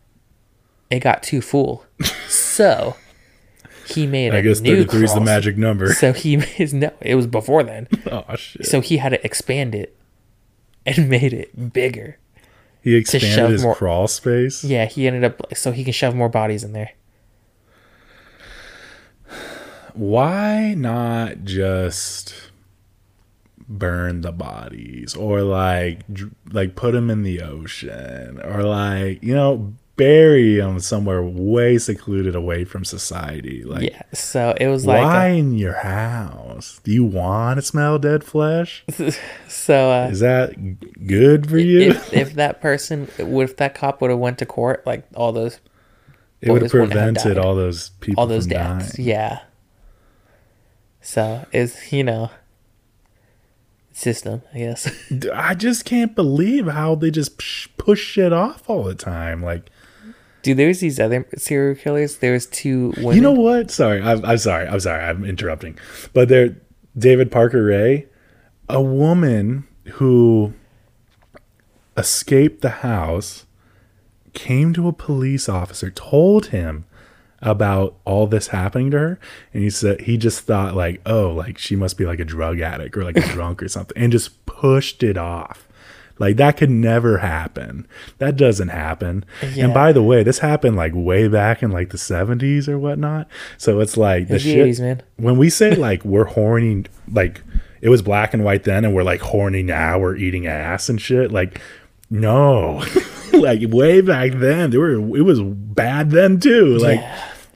it got too full, so he made. I a guess new 33 is the crawl sp- magic number. So he made no. It was before then, Oh shit! so he had to expand it, and made it bigger. he shove expanded his more- crawl space. Yeah, he ended up so he can shove more bodies in there. Why not just burn the bodies, or like dr- like put them in the ocean, or like you know bury them somewhere way secluded away from society? Like Yeah, so it was like uh, why in your house? Do you want to smell dead flesh? So uh, Is that g- good for you? if, if that person, if that cop would have went to court, like all those, it would have boys wouldn't have prevented died. all those people all those from deaths, dying. yeah. So it's you know, system, I guess. D- I just can't believe how they just psh- push shit off all the time. Like, Dude, there's these other serial killers. There was two women. you know what? Sorry, I'm, I'm sorry. I'm sorry. I'm interrupting. But there, David Parker Ray, a woman who escaped the house, came to a police officer, told him about all this happening to her, and he said he just thought like, oh, like she must be like a drug addict or like a drunk or something, and just pushed it off. Like that could never happen. That doesn't happen. Yeah. And by the way, this happened like way back in like the 70s or whatnot. So it's like the It's the shit 80s, man. when we say like we're horny like it was black and white then and we're like horny now we're eating ass and shit like no like way back then there were it was bad then too like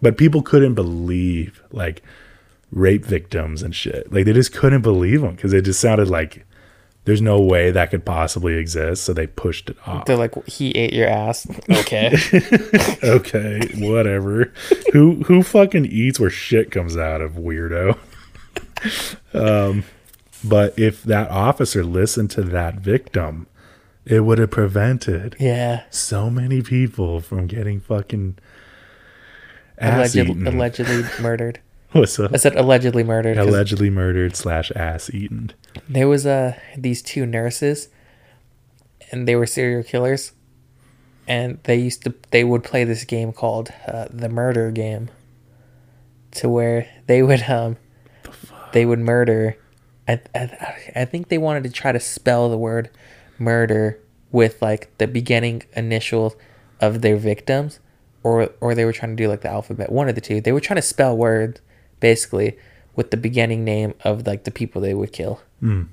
but people couldn't believe like rape victims and shit like they just couldn't believe them because it just sounded like there's no way that could possibly exist so they pushed it off They're like, he ate your ass. Okay. okay whatever who who fucking eats where shit comes out of weirdo Um, But if that officer listened to that victim, it would have prevented Yeah. so many people from getting fucking ass Alleged, eaten. allegedly murdered. What's up? I said allegedly murdered. 'cause Allegedly murdered slash ass eaten. There was uh, these two nurses, and they were serial killers, and they used to they would play this game called uh, the murder game, to where they would um, they would murder. I, I I think they wanted to try to spell the word murder with like the beginning initial of their victims, or or they were trying to do like the alphabet. One of the two. They were trying to spell words basically with the beginning name of like the people they would kill. And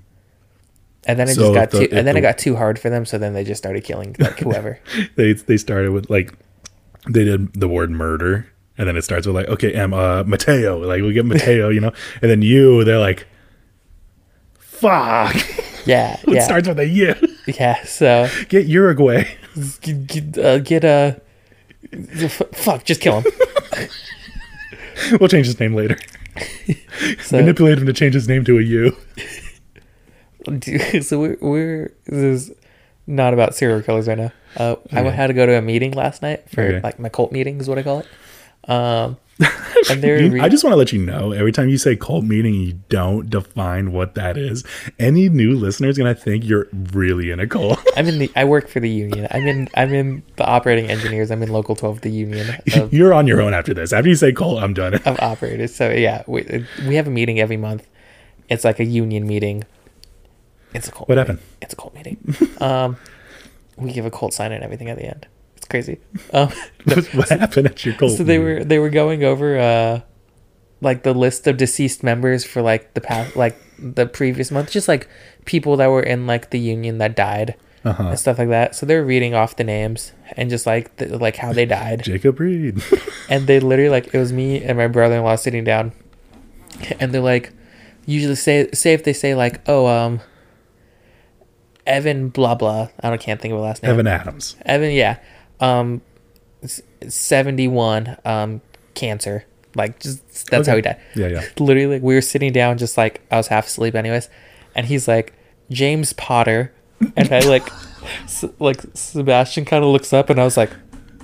then it Hmm. just So got if the- too, if and then it the- got too hard for them. So then they just started killing like whoever. they they started with like they did the word murder and then it starts with like okay M uh Mateo like we get Mateo you know and then you they're like fuck Yeah, it yeah, starts with a U yeah. So get Uruguay get get, uh, get uh, f- fuck, just kill him. we'll change his name later So, manipulate him to change his name to a U so we're, we're this is not about serial killers right now. Uh, I had to go to a meeting last night for Okay. like my cult meeting is what I call it. Um, and they're You- re- I just want to let you know every time you say cult meeting you don't define what that is any new listener is gonna think you're really in a cult I'm in the I work for the union. I'm in I'm in the operating engineers. I'm in local twelve, the union of you're on your own after this after you say cult I'm done of operators. So yeah, we we have a meeting every month. It's like a union meeting. It's a cult. what meeting. happened It's a cult meeting. um, we give a cult sign and everything at the end. It's crazy. Um, what happened at your cult so they meeting? were they were going over uh, like the list of deceased members for like the past like the previous month, just like people that were in like the union that died and stuff like that. So they were reading off the names and just like the, like how they died. Jacob Reed. and they literally like it was me and my brother-in-law sitting down and they're like usually say say if they say like oh um evan blah blah i don't can't think of a last name Evan Adams. evan yeah um s- 71 um cancer like just that's how he died Yeah, yeah. literally like we were sitting down just like i was half asleep anyways and he's like james potter and i like s- like sebastian kind of looks up and i was like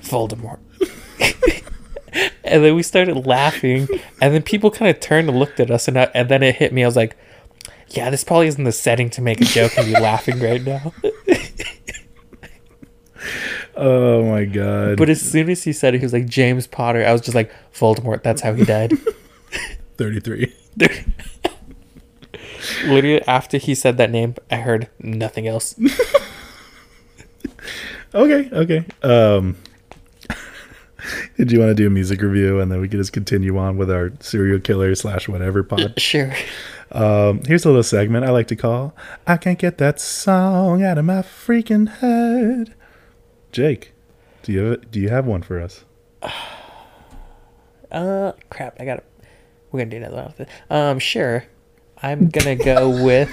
voldemort and then we started laughing and then people kind of turned and looked at us and, I, and then it hit me i was like yeah this probably isn't the setting to make a joke and be laughing right now Oh my god. but as soon as he said it he was like james potter i was just like voldemort that's how he died 33. literally after he said that name i heard nothing else Okay, okay. Um Did you want to do a music review and then we can just continue on with our serial killer slash whatever pod? sure Um, here's a little segment I like to call I Can't Get That Song Out of My Freaking Head. Jake, do you have, do you have one for us? Uh, crap. I got. to We're gonna do another one. after this. Um, sure. I'm gonna go with.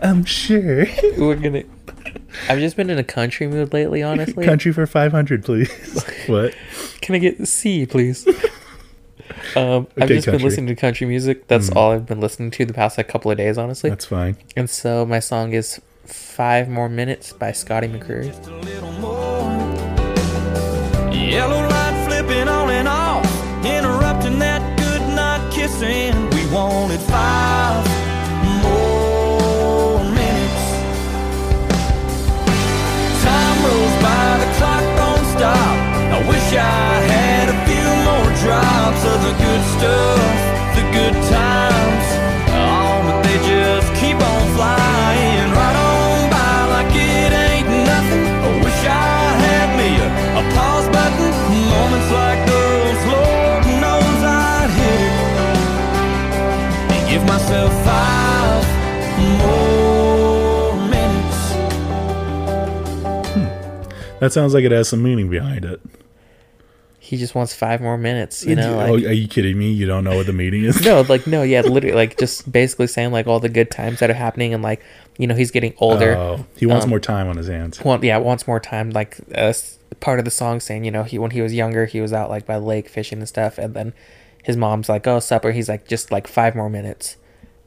I'm Um, sure. We're gonna. I've just been in a country mood lately. Honestly, Country for 500, please. what? can I get C, please? Um, I've Okay, just country. Hmm. been listening to country music. That's all I've been listening to the past like couple of days, honestly. That's fine. And so my song is Five More Minutes by Scotty McCreery. Just a little more. Yellow light flipping on and off, interrupting that good night kissing. We wanted five more minutes. Time rolls by, the clock don't stop. I wish I had a few more drops of the good stuff, the good times. Oh, but they just keep on flying right on by like it ain't nothing. I wish I had me a, a pause button. Moments like those, Lord knows I'd hit and give myself five more minutes. That sounds like it has some meaning behind it. He just wants five more minutes. You know, oh, like are you kidding me? You don't know what the meeting is? no, like no, yeah, literally, like just basically saying like all the good times that are happening and like you know he's getting older. Oh, he wants Um, more time on his hands. want yeah wants more time like uh, s- part of the song saying you know he when he was younger he was out like by the lake fishing and stuff and then his mom's like oh supper he's like just like five more minutes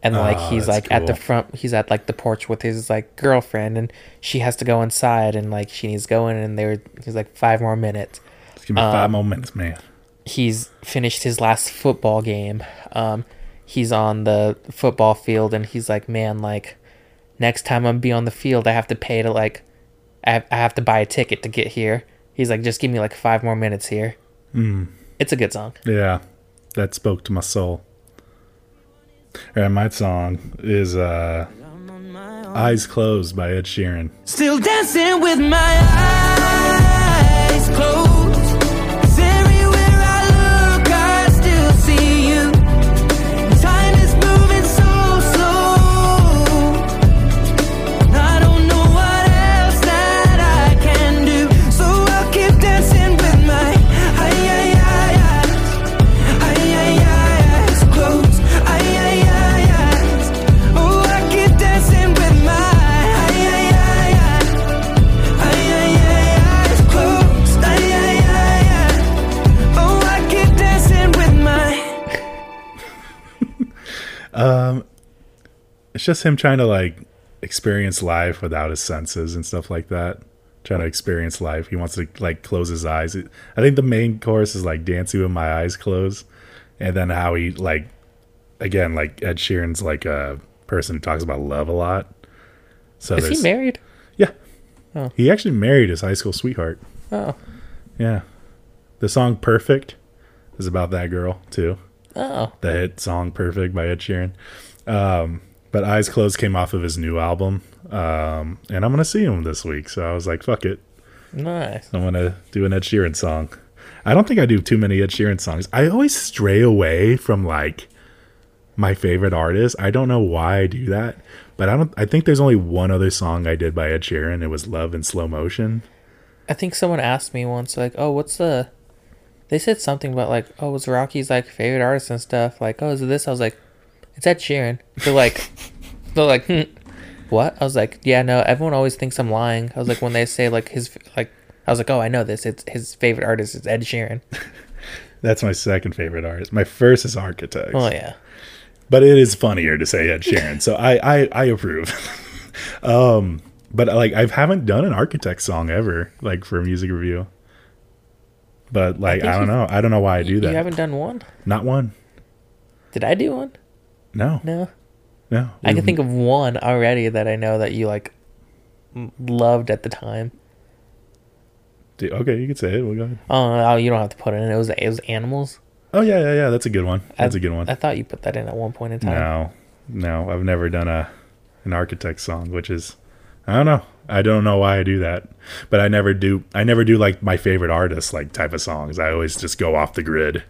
and like Ah, he's that's like at the cool. front he's at like the porch with his like girlfriend and she has to go inside and like she needs to go in and they were he's like five more minutes Just give me uh, five more minutes, man. he's finished his last football game. Um, he's on the football field and he's like, man, like next time I'm be on the field, I have to pay to like, I have, I have to buy a ticket to get here. He's like, just give me like five more minutes here. Mm. It's a good song. Yeah, that spoke to my soul. All right, my song is uh, "Eyes Closed" by Ed Sheeran. Still dancing with my eyes closed. 'Cause everywhere I look, I still see you. Time is moving so slow. I don't know what else that I can do. So I'll keep dancing with my eyes. Eyes closed. Eyes. Oh, I keep dancing with my eyes. Eyes closed. Eyes. Oh, I keep dancing with my. It's just him trying to like experience life without his senses and stuff like that. Trying to experience life, he wants to like close his eyes. It- I think the main chorus is like "Dancing with My Eyes Closed," and then how he like again like Ed Sheeran's like a person who talks about love a lot. So Is he there's- married? Yeah. Oh. He actually married his high school sweetheart. Oh, Yeah. The song Perfect is about that girl, too. oh, The hit song Perfect by Ed Sheeran. Um, but Eyes Closed came off of his new album. Um, and I'm going to see him this week. So I was like, fuck it. nice. I'm going to do an Ed Sheeran song. I don't think I do too many Ed Sheeran songs. I always stray away from like my favorite artist. I don't know why I do that, but I don't I think there's only one other song I did by Ed Sheeran. It was Love in Slow Motion. I think someone asked me once, like, oh, what's the. They said something about, like, oh, was Rocky's, like, favorite artist and stuff? Like, oh, is it this? I was like, it's Ed Sheeran. They're like, they're like, hmm, what? I was like, yeah, no, everyone always thinks I'm lying. I was like, when they say, like, his, like, I was like, oh, I know this. It's his favorite artist is Ed Sheeran. That's my second favorite artist. My first is Architects. Oh, yeah. But it is funnier to say Ed Sheeran. so I, I, I approve. um, but like I haven't done an Architects song ever, like for a music review. But like think I, don't you- know. I don't know why I do You that. haven't done one? Not one. Did I do one? No. No. No. I Mm-hmm. can think of one already that I know that you, like, m- loved at the time. Dude, okay, you can say it. We'll go ahead. Oh, no, you don't have to put it in. It was, it was animals. Oh yeah, yeah, yeah. That's a good one. That's a a good one. I thought you put that in at one point in time. No, no, I've never done a an architect song, which is I don't know. I don't know why I do that, but I never do. I never do like my favorite artist like type of songs. I always just go off the grid.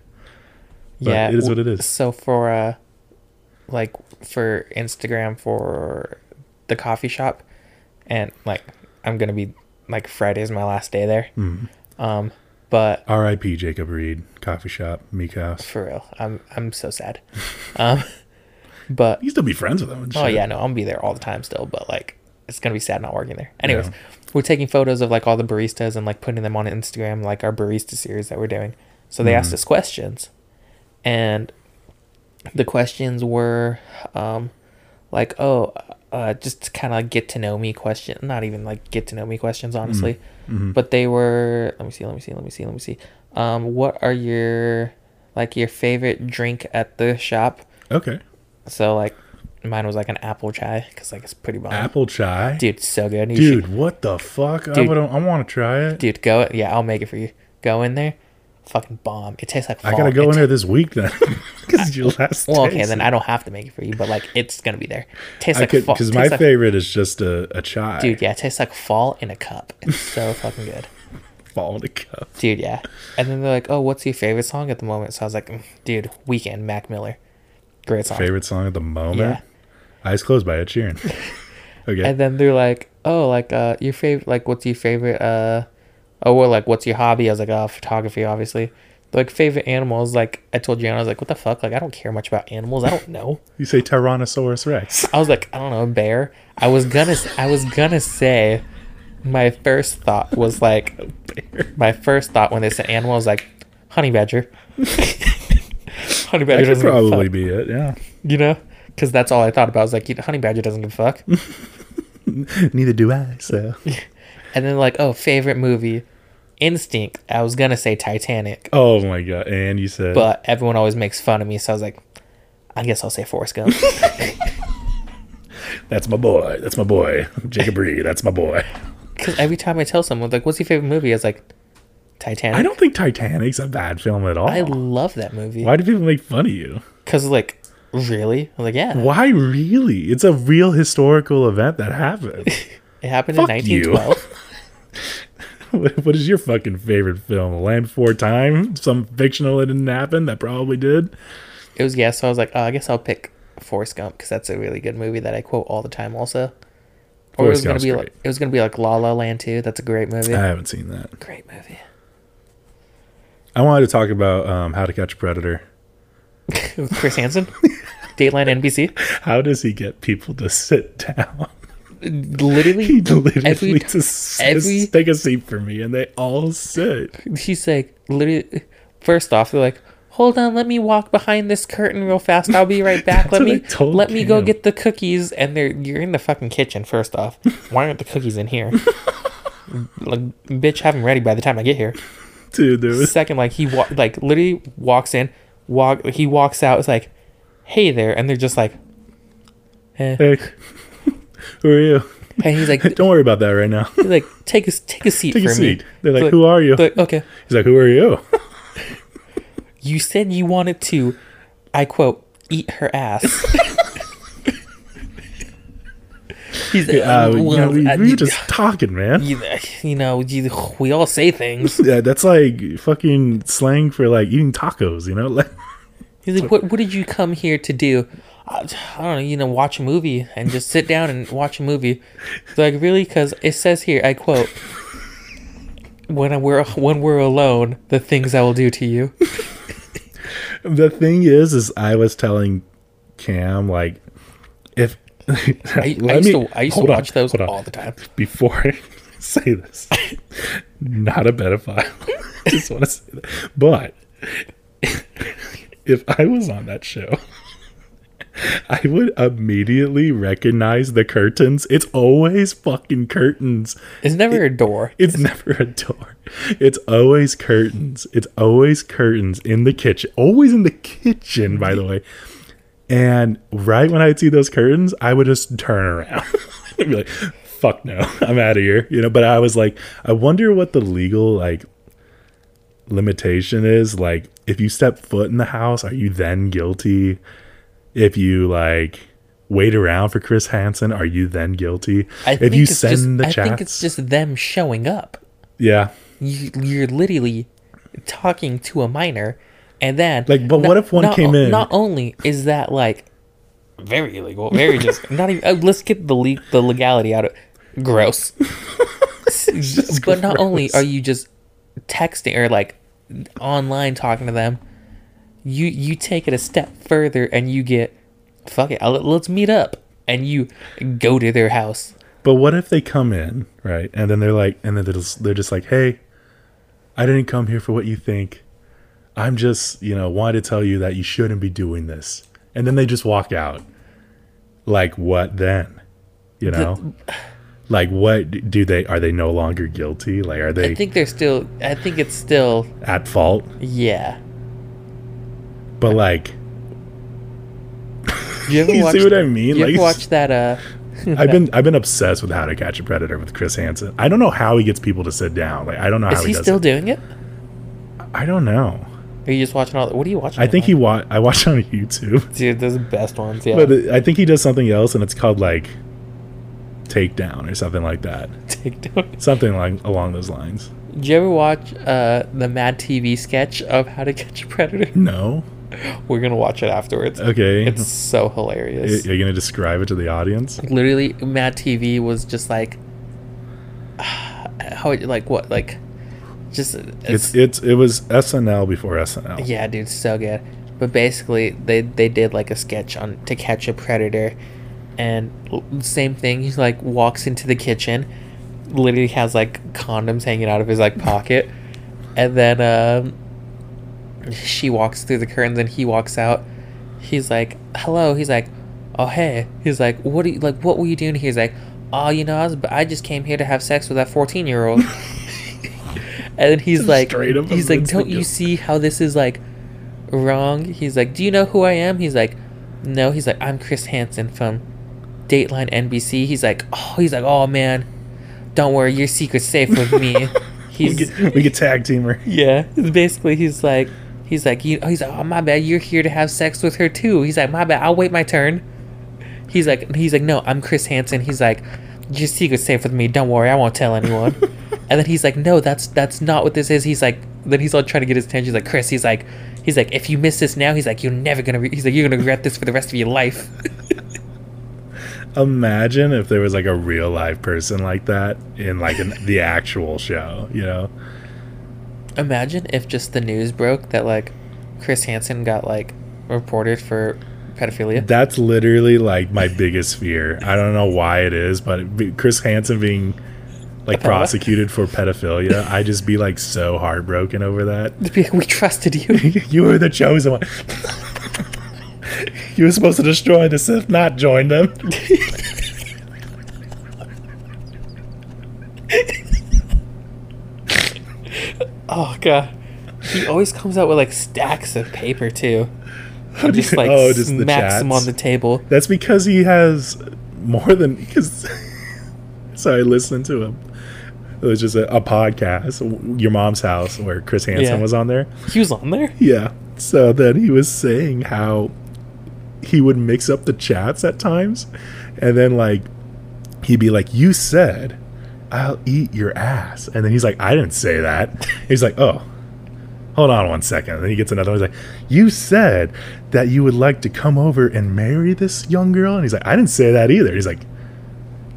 but it is w- what it is. So for uh, like for Instagram for the coffee shop, and like I'm gonna be like Friday's my last day there. Mm-hmm. Um, but R.I.P. Jacob Reed, coffee shop, Meek House. for real, I'm I'm so sad. um, but You can still be friends with him. and oh shit. yeah, no, I'm gonna be there all the time still. But like, it's gonna be sad not working there. Anyways, we're taking photos of like all the baristas and like putting them on Instagram, like our barista series that we're doing. So they Mm-hmm. asked us questions, and the questions were, um, like oh, uh, just kind of get to know me question. Not even like get to know me questions, honestly. Mm-hmm. But they were. Let me see. Let me see. Let me see. Let me see. Um, what are your like your favorite drink at the shop? Okay. So like, mine was like an apple chai because like it's pretty bomb. Apple chai. Dude, dude, it's so good. You should- what the fuck? I Dude. would. I want to try it. dude, go. Yeah, I'll make it for you. Go in there, fucking bomb. It tastes like. I gotta fall. go It in there ta- this week then, because your last. Well, okay, taste. then I don't have to make it for you, but like it's gonna be there. Tastes I like could fall. because tastes my like- favorite is just a a chai. Dude, yeah, it tastes like fall in a cup. It's so fucking good. fall in a cup. Dude, yeah. And then they're like, "Oh, what's your favorite song at the moment?" So I was like, "Mm, "Dude, Weekend, Mac Miller, great song." favorite song at the moment. Yeah. Eyes Closed by Ed Sheeran. okay. and then they're like, "Oh, like uh, your favorite, like what's your favorite? Uh, oh, well, like what's your hobby?" I was like, "Oh, photography, obviously." They're like favorite animals. Like I told Gianna, I was like, "What the fuck? Like I don't care much about animals. I don't know." you say Tyrannosaurus Rex. I was like, "I don't know, a bear." I was gonna, I was gonna say, my first thought was like, my first thought when they said animal was like, honey badger. honey badger That could doesn't give a probably fuck, be it. Yeah. you know, because that's all I thought about. I was like, Honey Badger doesn't give a fuck. Neither do I. So. and then like, oh, favorite movie, Instinct. I was gonna say Titanic, Oh my god! And you said, but everyone always makes fun of me, so I was like, I guess I'll say Forrest Gump. "That's my boy. That's my boy, Jacob Reed. That's my boy." Because every time I tell someone like, what's your favorite movie, I was like, Titanic. I don't think Titanic's a bad film at all. I love that movie. Why do people make fun of you? Because like, really? I was like, yeah. Why really? It's a real historical event that happened. It happened Fuck in you. 1912. what what is your fucking favorite film? Land Before Time? Some fictional that didn't happen that probably did. it was yeah. So I was like, oh, I guess I'll pick Forrest Gump because that's a really good movie that I quote all the time. Also, or it was Forrest gonna Gump's be great. Uh, like it was gonna be like La La Land too. That's a great movie. I haven't seen that. great movie. I wanted to talk about um, How to Catch a Predator. With Chris Hansen, Dateline NBC. How does he get people to sit down? Literally, He literally Every ti- just s- every- take a seat for me, and they all sit. she's like, literally. First off, they're like, "Hold on, let me walk behind this curtain real fast. I'll be right back. That's let what I me told let me go Cam. get the cookies." And they're you're in the fucking kitchen. First off, why aren't the cookies in here? like, bitch, have them ready by the time I get here. Dude, there was Second, like he wa- like literally walks in, walk he walks out. It's like, "Hey there," and they're just like, eh. hey, who are you? and he's like, Don't worry about that right now. he's like, take a take a seat Take for a seat. me. They're like, Like- "Who are you?" They're like, okay. He's like, "Who are you?" You said you wanted to, I quote, eat her ass. He's like, Uh, you know, well, we, I- we were just talking, man. you, you know, you, we all say things. Yeah, that's like fucking slang for like eating tacos. You know, like He's like, what, what did you come here to do? I, I don't know, you know, watch a movie and just sit down and watch a movie. It's like, really? Because it says here, I quote, when I, we're, when we're alone, the things I will do to you. the thing is, is I was telling Cam like if I, I used, to, I used to watch those all the time. before I say this. Not a pedophile. Just want to say that. But if I was on that show, I would immediately recognize the curtains. It's always fucking curtains. It's never a door. It's never a door. It's always curtains. It's always curtains in the kitchen. Always in the kitchen, by the way. And right when I'd see those curtains, I would just turn around and be like, fuck no, I'm out of here. You know, but I was like, I wonder what the legal like limitation is. Like, if you step foot in the house, are you then guilty? If you like wait around for Chris Hansen, are you then guilty? I if you it's send just, the I chats, think it's just them showing up. yeah. You, you're literally talking to a minor, and then Like, but no- what if one not- came in- Not only is that like very illegal, very just not even. uh, let's get the le- the legality out of gross. but not only gross. are you just texting or like online talking to them, you you take it a step further and you get fuck it. I'll, let's meet up, and you go to their house. But what if they come in, right? And then they're like, and then they're just, they're just like, hey, I didn't come here for what you think. I'm just, you know, wanted to tell you that you shouldn't be doing this. And then they just walk out. Like, what then? You know? like, what do they, are they no longer guilty? Like, are I they think they're still. I think it's still. at fault? Yeah. But like, You ever you watch? see what I mean? you Like, ever watch that? Uh, I've been, I've been obsessed with How to Catch a Predator with Chris Hansen. I don't know how he gets people to sit down. Like, I don't know is how he does still it. doing it? I don't know. Or are you just watching all? What are you watching? I think on? he wa- I watched on YouTube. Dude, those are the best ones. Yeah. But I think he does something else, and it's called like takedown or something like that. TikTok. Something like along those lines. Did you ever watch uh the Mad TV sketch of How to Catch a Predator? No. We're gonna watch it afterwards. Okay. It's so Y- hilarious. You're gonna describe it to the audience. literally Mad TV was just like how it- like what like just It's it's it was SNL before SNL. yeah dude so good but basically they they did like a sketch on to catch a predator and l- same thing he's like walks into the kitchen literally has like condoms hanging out of his like pocket and then um she walks through the curtains and he walks out he's like hello he's like "Oh hey," he's like, "What do you like? What were you doing here?" He's like, "Oh, you know, I was, but I just came here to have sex with that fourteen-year-old." and then he's like, Straight up "He's like, admits don't it, you yeah. see how this is like wrong?" He's like, "Do you know who I am?" He's like, "No." He's like, "I'm Chris Hansen from Dateline NBC." He's like, "Oh," he's like, "Oh man, don't worry, your secret's safe with me." We He's get, we get tag teamer. yeah, basically, he's like, he's like, you, he's like, oh my bad, you're here to have sex with her too. He's like, my bad, I'll wait my turn. He's like, he's like, no, I'm Chris Hansen. He's like, your secret's safe with me. Don't worry, I won't tell anyone. and then he's like, no, that's that's not what this is. He's like, then he's all trying to get his attention. He's like, Chris, he's like, he's like, if you miss this now, he's like, you're never gonna. Re-. He's like, you're gonna regret this for the rest of your life. Imagine if there was like a real live person like that in like an, the actual show, you know? Imagine if just the news broke that like Chris Hansen got like reported for pedophilia. That's literally like my biggest fear. I don't know why it is, but it be, Chris Hansen being like prosecuted for pedophilia, I just be like so heartbroken over that. we trusted you. you were the chosen one. you were supposed to destroy the Sith, not join them. Oh god. He always comes out with like stacks of paper too. And just like Oh, just the smacks them on chats. the table. That's because he has more than because. so I listened to him. It was just a, a podcast, your mom's house, where Chris Hansen Yeah. was on there. He was on there. Yeah. So then he was saying how he would mix up the chats at times, and then like he'd be like, "You said I'll eat your ass," and then he's like, "I didn't say that." He's like, "Oh." Hold on one second. And then he gets another one. He's like, You said that you would like to come over and marry this young girl. And he's like, I didn't say that either. He's like,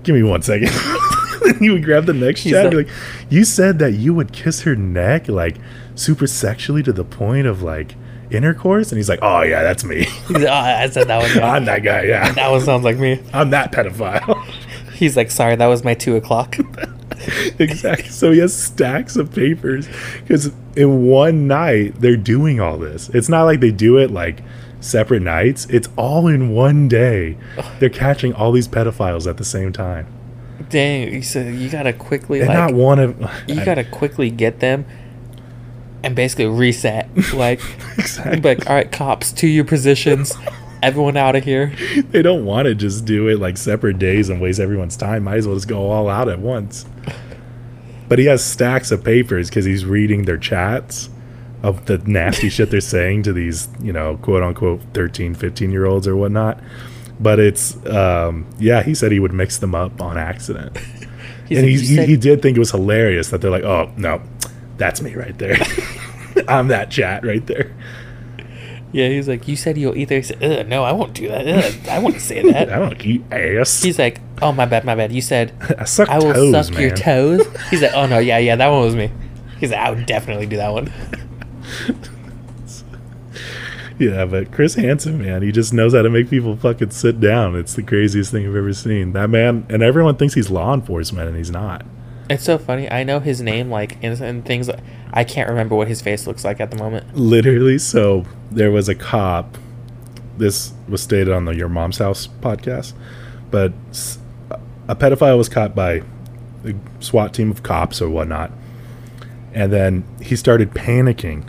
Give me one second. and he would grab the next He's chat and be like- like, You said that you would kiss her neck, like super sexually to the point of like intercourse. And he's like, Oh, yeah, that's me. He's like, oh, I said that one. I'm that guy. Yeah. That one sounds like me. I'm that pedophile. He's like, sorry, that was my two o'clock. exactly. So he has stacks of papers because in one night they're doing all this. It's not like they do it like separate nights. It's all in one day. They're catching all these pedophiles at the same time, Dang, he said you gotta quickly and like not one of you gotta quickly get them and basically reset. Like exactly. like, all right, cops, to your positions. Everyone out of here. they don't want to just do it like separate days and waste everyone's time. Might as well just go all out at once. But he has stacks of papers because he's reading their chats of the nasty shit they're saying to these, you know, quote unquote 13, 15 year olds or whatnot. But it's, um, yeah, he said he would mix them up on accident. He's and like, he, "You he, said- he did think it was hilarious that they're like, oh, no, that's me right there. I'm that chat right there. yeah, he's like, you said you'll eat there. He said, Ugh, no, I won't do that. Ugh, I wouldn't say that. I don't eat ass. He's like, oh my bad, my bad. You said I suck I will toes, suck man. your toes. He's like, oh no, yeah, yeah, that one was me. He's like, I would definitely do that one. Yeah, but Chris Hansen, man, he just knows how to make people fucking sit down. It's the craziest thing I've ever seen. That man, and everyone thinks he's law enforcement, and he's not. It's so funny. I know his name, like, and, and things. Like, I can't remember what his face looks like at the moment. Literally, so there was a cop. This was stated on the Your Mom's House podcast, but s- a pedophile was caught by a SWAT team of cops or whatnot, and then he started panicking.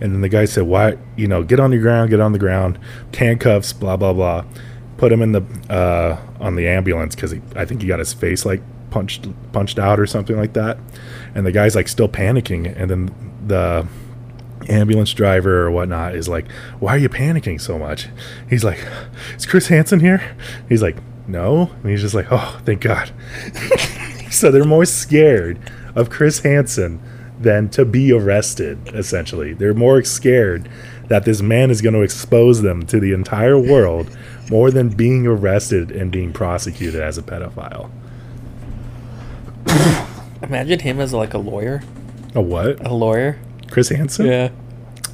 And then the guy said, "Why? You know, get on the ground, get on the ground, handcuffs, blah blah blah." Put him in the uh, on the ambulance because I think he got his face like punched punched out or something like that. And the guy's like still panicking. And then the ambulance driver or whatnot is like, "Why are you panicking so much?" He's like, "Is Chris Hansen here?" He's like, "No," and he's just like, "Oh, thank God." so they're more scared of Chris Hansen than to be arrested. Essentially, they're more scared that this man is going to expose them to the entire world more than being arrested and being prosecuted as a pedophile. Imagine him as like a lawyer. A what? A lawyer. Chris Hansen? Yeah.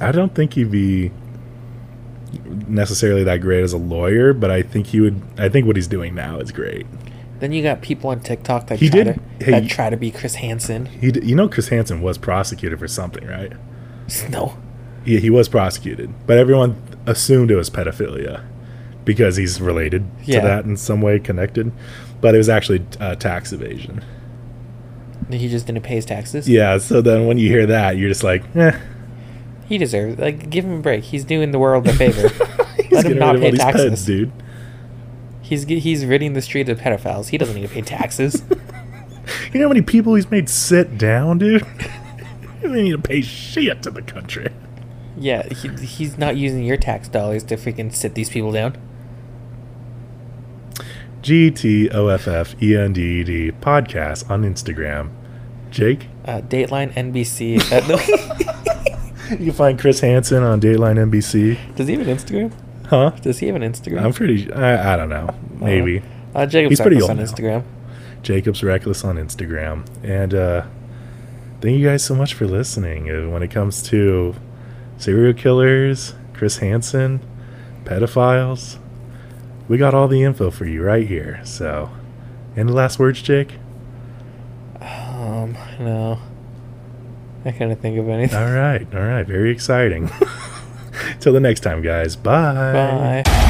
I don't think he'd be necessarily that great as a lawyer, but I think he would. I think what he's doing now is great. Then you got people on TikTok that He try did- to hey, that you- try to be Chris Hansen. He, d- you know, Chris Hansen was prosecuted for something, right? No. Yeah, he was prosecuted, but everyone assumed it was pedophilia because he's related Yeah. to that in some way, connected. But it was actually uh, tax evasion. He just didn't pay his taxes. Yeah. So then when you hear that, you're just like, eh. He deserves like give him a break. He's doing the world a favor. he's Let him getting not rid of pay all these taxes. pets, dude. he's g- he's ridding the street of pedophiles. He doesn't need to pay taxes. You know how many people he's made sit down, dude? they need to pay shit to the country. yeah, he, he's not using your tax dollars to freaking sit these people down. G T O F F E N D E D podcast on Instagram. Jake, Uh, Dateline NBC. Uh, no, you can find Chris Hansen on Dateline NBC. does he have an Instagram? Huh? Does he have an Instagram? I'm pretty. I, I don't know. Maybe. Uh, Jacob's He's pretty Circus old on now. Instagram. Jacob's Reckless on Instagram. And uh, thank you guys so much for listening. Uh, When it comes to serial killers, Chris Hansen, pedophiles, we got all the info for you right here. So, any last words, Jake? Um, no, I can't think of anything. All right. All right. Very exciting. Till the next time, guys. Bye. Bye.